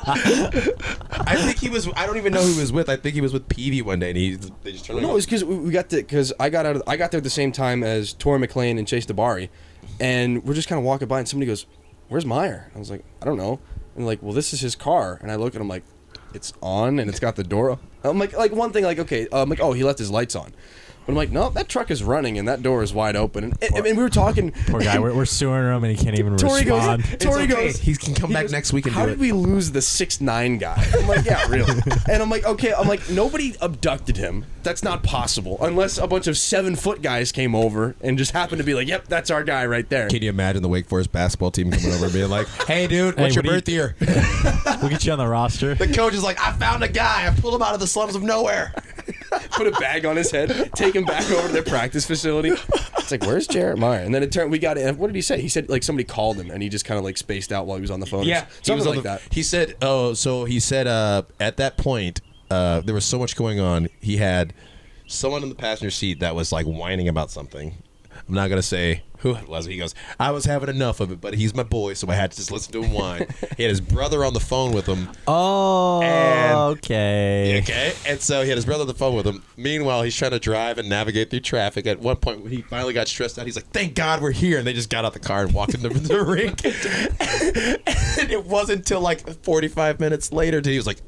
Speaker 4: I think he was. I don't even know who he was with. I think he was with Peavy one day, and he they just turned.
Speaker 1: No, it's because we we got the because I got out of I got there at the same time as Tori McLean and Chase DeBari, and we're just kind of walking by, and somebody goes, "Where's Meyer?" I was like, "I don't know," and like, "Well, this is his car," and I look and I'm like, "It's on and it's got the door." up." I'm like, like one thing, like okay, uh, I'm like, oh, he left his lights on. But I'm like, no, that truck is running and that door is wide open. And, and, and we were talking.
Speaker 2: Poor guy. We're, we're suing him and he can't even
Speaker 1: Tori
Speaker 2: respond.
Speaker 1: goes. Tori
Speaker 4: It's okay.
Speaker 1: goes.
Speaker 4: He can come back next week and
Speaker 1: How
Speaker 4: do
Speaker 1: did
Speaker 4: it."
Speaker 1: we lose the six nine guy? I'm like, yeah, really. and I'm like, okay. I'm like, nobody abducted him. That's not possible unless a bunch of seven foot guys came over and just happened to be like, yep, that's our guy right there.
Speaker 4: Can you imagine the Wake Forest basketball team coming over and being like, "Hey, dude, what's
Speaker 2: Hey,
Speaker 4: your
Speaker 2: what
Speaker 4: birth
Speaker 2: do
Speaker 4: year?"
Speaker 2: We'll get you on the roster.
Speaker 4: the coach is like, "I found a guy. I pulled him out of the slums of nowhere."
Speaker 1: Put a bag on his head, take him back over to their practice facility, It's like, where's Jared Meyer? And then it turned, we got in. What did he say? He said, like, somebody called him and he just kind of, like, spaced out while he was on the phone.
Speaker 4: Yeah, he
Speaker 1: Something
Speaker 4: was on
Speaker 1: like
Speaker 4: the-
Speaker 1: that.
Speaker 4: He said, "Oh, so he said uh, at that point uh, there was so much going on. He had someone in the passenger seat that was like whining about something. I'm not gonna say who it was. He goes, I was having enough of it, but he's my boy, so I had to just listen to him whine. he had his brother on the phone with him.
Speaker 2: Oh,
Speaker 4: And-
Speaker 2: okay.
Speaker 4: Okay, and so he had his brother on the phone with him. Meanwhile, he's trying to drive and navigate through traffic. At one point, he finally got stressed out. He's like, "Thank God we're here!" And they just got out the car and walked into the rink. and it wasn't until like 45 minutes later till he was like,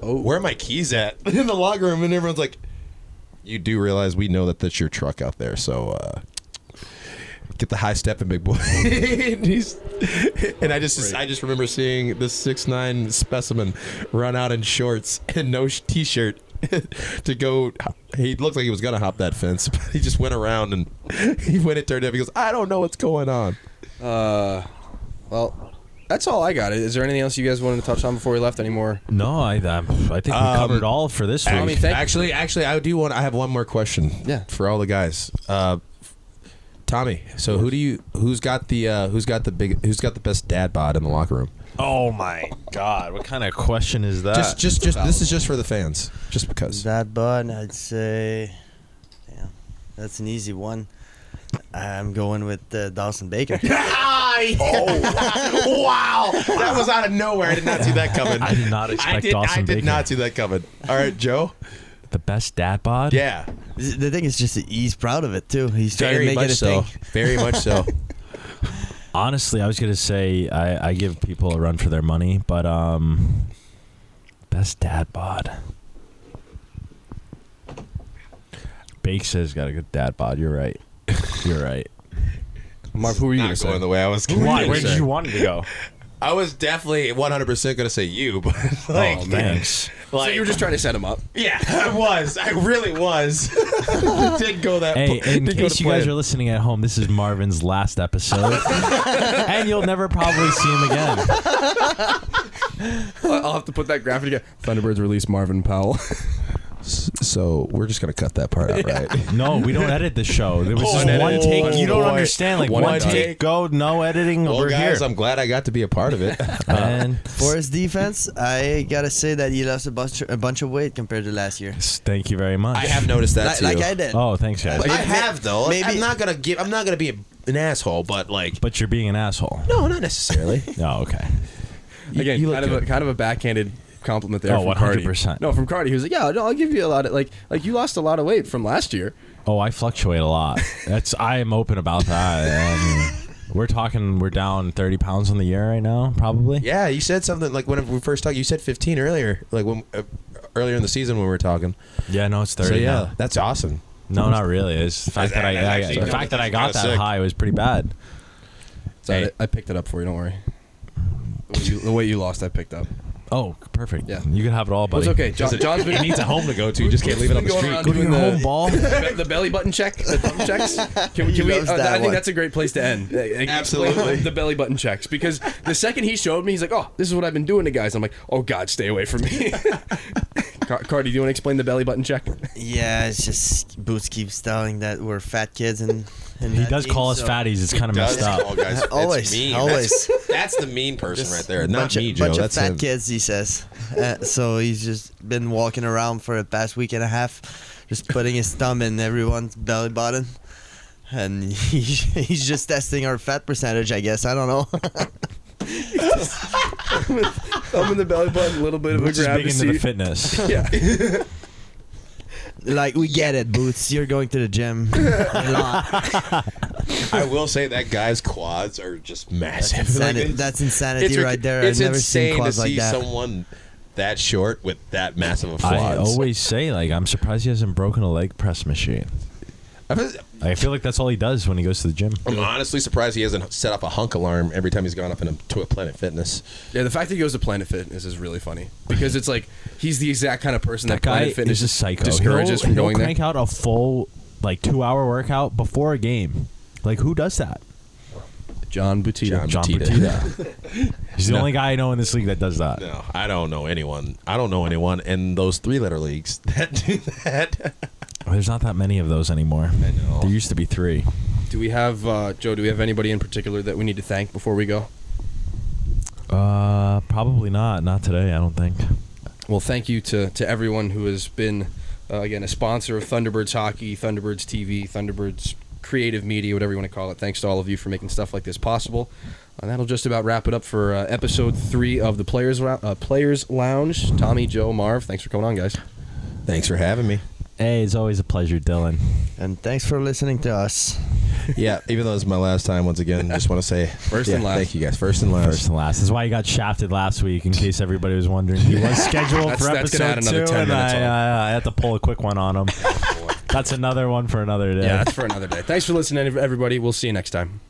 Speaker 4: "Oh, where are my keys at?" In the locker room, and everyone's like, "You do realize we know that that's your truck out there, so." uh Get the high step and big boy. and, he's, and I just I just remember seeing this six nine specimen run out in shorts and no sh- t shirt to go. He looked like he was gonna hop that fence, but he just went around and he went and turned up. He goes, I don't know what's going on.
Speaker 1: Well, that's all I got. Is there anything else you guys wanted to touch on before we left anymore?
Speaker 2: No, I, I, I think we
Speaker 4: Um,
Speaker 2: covered all for this week.
Speaker 1: I mean, thank-
Speaker 4: actually, actually, I do want. I have one more question.
Speaker 1: Yeah.
Speaker 4: for all the guys. Uh, Tommy, so who do you who's got the uh, who's got the big who's got the best dad bod in the locker room?
Speaker 2: oh my God, what kind of question is that?
Speaker 4: just, just, just. This is just for the fans, just because.
Speaker 3: That bun, I'd say, yeah, that's an easy one. I'm going with uh, Dawson Baker.
Speaker 4: oh, wow! That was out of nowhere. I did not see that coming.
Speaker 2: I did not expect
Speaker 4: I did,
Speaker 2: Dawson
Speaker 4: I did
Speaker 2: Baker.
Speaker 4: not see that coming. All right, Joe.
Speaker 2: the best dad bod.
Speaker 4: Yeah,
Speaker 3: the thing is, just that he's proud of it too. He's trying
Speaker 4: very
Speaker 3: to make
Speaker 4: much
Speaker 3: it a
Speaker 4: so.
Speaker 3: thing.
Speaker 4: Very much so.
Speaker 2: Honestly, I was gonna say I, I give people a run for their money, but um, best dad bod. Bakes has got a good dad bod. You're right. You're right.
Speaker 1: Marv, who are you
Speaker 4: not
Speaker 1: say?
Speaker 4: going the way I was. gonna
Speaker 2: Why?
Speaker 4: say.
Speaker 2: Where did you want it to go?
Speaker 4: I was definitely 100 percent going to say you, but like,
Speaker 1: man.
Speaker 2: Oh, Thanks.
Speaker 1: so you were just trying to set him up.
Speaker 4: yeah, I was. I really was. It did go that.
Speaker 2: Hey,
Speaker 4: pl-
Speaker 2: in
Speaker 4: did go
Speaker 2: case
Speaker 4: to
Speaker 2: you guys
Speaker 4: plan.
Speaker 2: are listening at home, this is Marvin's last episode, and you'll never probably see him again.
Speaker 1: I'll have to put that graphic again. Thunderbirds release Marvin Powell.
Speaker 4: so we're just going to cut that part out, right?
Speaker 2: No, we don't edit the show. There was
Speaker 4: Oh,
Speaker 2: just one
Speaker 4: no.
Speaker 2: take. You don't
Speaker 4: Boy.
Speaker 2: understand. Like
Speaker 4: One
Speaker 2: one,
Speaker 4: take.
Speaker 2: take. go, no editing
Speaker 4: Well,
Speaker 2: over
Speaker 4: guys,
Speaker 2: here.
Speaker 4: I'm glad I got to be a part of it.
Speaker 2: and
Speaker 3: For his defense, I gotta say that he lost a bunch, a bunch of weight compared to last year.
Speaker 2: thank you very much.
Speaker 4: I have noticed that
Speaker 3: Like,
Speaker 4: too.
Speaker 3: like I did.
Speaker 2: Oh, thanks, guys.
Speaker 4: I have though. Maybe. I'm
Speaker 3: Maybe-
Speaker 4: not gonna give. I'm not gonna be a, an asshole, but like,
Speaker 2: But you're being an asshole.
Speaker 4: no, not necessarily.
Speaker 2: Oh, okay.
Speaker 1: Again,
Speaker 4: you look
Speaker 1: kind of a
Speaker 4: good.
Speaker 1: kind of a backhanded compliment there.
Speaker 2: Oh,
Speaker 1: from Cardi.
Speaker 2: 100%.
Speaker 1: No, from Cardi, he was like, "Yeah, no, I'll give you a lot of like like you lost a lot of weight from last year."
Speaker 2: Oh, I fluctuate a lot. That's I am open about that. and we're talking. We're down 30 pounds on the year right now, probably.
Speaker 4: yeah, you said something like when we first talked. You said 15 earlier, like when uh, earlier in the season when we were talking.
Speaker 2: Yeah, no, it's 30.
Speaker 4: So yeah,
Speaker 2: now.
Speaker 4: that's awesome.
Speaker 2: No, not really. It's the fact that I,
Speaker 4: That's
Speaker 2: I-
Speaker 4: actually-
Speaker 2: the fact that I got
Speaker 4: that's
Speaker 2: that
Speaker 4: kinda sick.
Speaker 2: high was pretty bad.
Speaker 1: Sorry,
Speaker 2: Hey.
Speaker 1: I picked it up for you. Don't worry. The way you, the way you lost, I picked up.
Speaker 2: Oh, perfect.
Speaker 1: Yeah.
Speaker 2: you can have it all, buddy.
Speaker 1: It's okay. John, John's been
Speaker 4: needs a home to go to. Just can't leave it on the
Speaker 1: Going
Speaker 4: street.
Speaker 1: around
Speaker 2: Go to
Speaker 1: doing
Speaker 2: your home
Speaker 1: the-
Speaker 2: ball.
Speaker 1: Be- the belly button check, the thumb checks. Can we? Can
Speaker 3: He
Speaker 1: we
Speaker 3: loves
Speaker 1: uh,
Speaker 3: that
Speaker 1: I think
Speaker 3: one.
Speaker 1: that's a great place to end. Uh, explain
Speaker 4: Absolutely.
Speaker 1: the belly button checks because the second he showed me, he's like, "Oh, this is what I've been doing to guys." I'm like, "Oh God, stay away from me." Car- Cardi, do you want to explain the belly button check?
Speaker 3: Yeah, it's just Boots keeps telling that we're fat kids, and, and
Speaker 2: He does call
Speaker 3: uh,
Speaker 2: us fatties. It's kind of messed up.
Speaker 4: guys. It's
Speaker 3: Always,
Speaker 4: mean.
Speaker 3: always.
Speaker 4: That's, that's the mean person right there. Not
Speaker 3: bunch
Speaker 4: me,
Speaker 3: of,
Speaker 4: Joe.
Speaker 3: Bunch
Speaker 4: That's
Speaker 3: of fat
Speaker 4: him.
Speaker 3: kids, he says. Uh, so he's just been walking around for the past week and a half, just putting his thumb in everyone's belly button. And he, he's just testing our fat percentage, I guess. I don't know.
Speaker 1: Thumb in the belly button, a little bit of
Speaker 2: Which
Speaker 1: a
Speaker 2: is
Speaker 1: grab.
Speaker 2: big
Speaker 1: to
Speaker 2: into the
Speaker 1: see-
Speaker 2: fitness.
Speaker 1: yeah.
Speaker 3: like, we get it, Boots. You're going to the gym a lot.
Speaker 4: I will say that guy's quads are just massive.
Speaker 3: Insani-
Speaker 4: Like, it's-
Speaker 3: that's insanity
Speaker 4: it's ridic-
Speaker 3: right there.
Speaker 4: It's
Speaker 3: I've never
Speaker 4: insane
Speaker 3: seen quads
Speaker 4: to see
Speaker 3: like that.
Speaker 4: someone that short with that massive of
Speaker 2: I
Speaker 4: quads.
Speaker 2: always say like I'm surprised he hasn't broken a leg press machine. I feel like that's all he does when he goes to the gym.
Speaker 4: I'm honestly surprised he hasn't set off a hunk alarm every time he's gone up in a, to a Planet Fitness.
Speaker 1: Yeah, the fact that he goes to Planet Fitness is really funny because it's like he's the exact kind of person that,
Speaker 2: That guy
Speaker 1: Planet Fitness
Speaker 2: is a psycho.
Speaker 1: discourages
Speaker 2: he'll,
Speaker 1: from
Speaker 2: he'll
Speaker 1: going there.
Speaker 2: crank out a full like two hour workout before a game. Like who does that?
Speaker 1: John Butita.
Speaker 2: John Petito. He's the only guy I know in this league that does that.
Speaker 4: No, I don't know anyone. I don't know anyone in those three-letter leagues that do that.
Speaker 2: There's not that many of those anymore.
Speaker 4: I know.
Speaker 2: There used to be three.
Speaker 1: Do we have uh, Joe? Do we have anybody in particular that we need to thank before we go?
Speaker 2: Uh, probably not. Not today. I don't think.
Speaker 1: Well, thank you to, to everyone who has been, uh, again, a sponsor of Thunderbirds Hockey, Thunderbirds TV, Thunderbirds Creative Media, whatever you want to call it. Thanks to all of you for making stuff like this possible. And that'll just about wrap it up for uh, episode three of the Players Rou- uh, Players Lounge. Tommy, Joe, Marv, thanks for coming on, guys.
Speaker 4: Thanks for having me.
Speaker 2: Hey, it's always a pleasure, Dylan.
Speaker 3: And thanks for listening to us.
Speaker 4: Yeah, even though it's my last time, once again, just want to say
Speaker 1: First
Speaker 4: yeah,
Speaker 1: and last.
Speaker 4: Thank you guys. First and last.
Speaker 2: First and last. That's why he got shafted last week. In case everybody was wondering, he was scheduled
Speaker 1: That's-
Speaker 2: for
Speaker 1: that's
Speaker 2: episode
Speaker 1: gonna add another
Speaker 2: two,
Speaker 1: 10
Speaker 2: and
Speaker 1: minutes
Speaker 2: I,
Speaker 1: on.
Speaker 2: I, I had to pull a quick one on him. that's another one for another day.
Speaker 1: Yeah, that's for another day. Thanks for listening, everybody. We'll see you next time.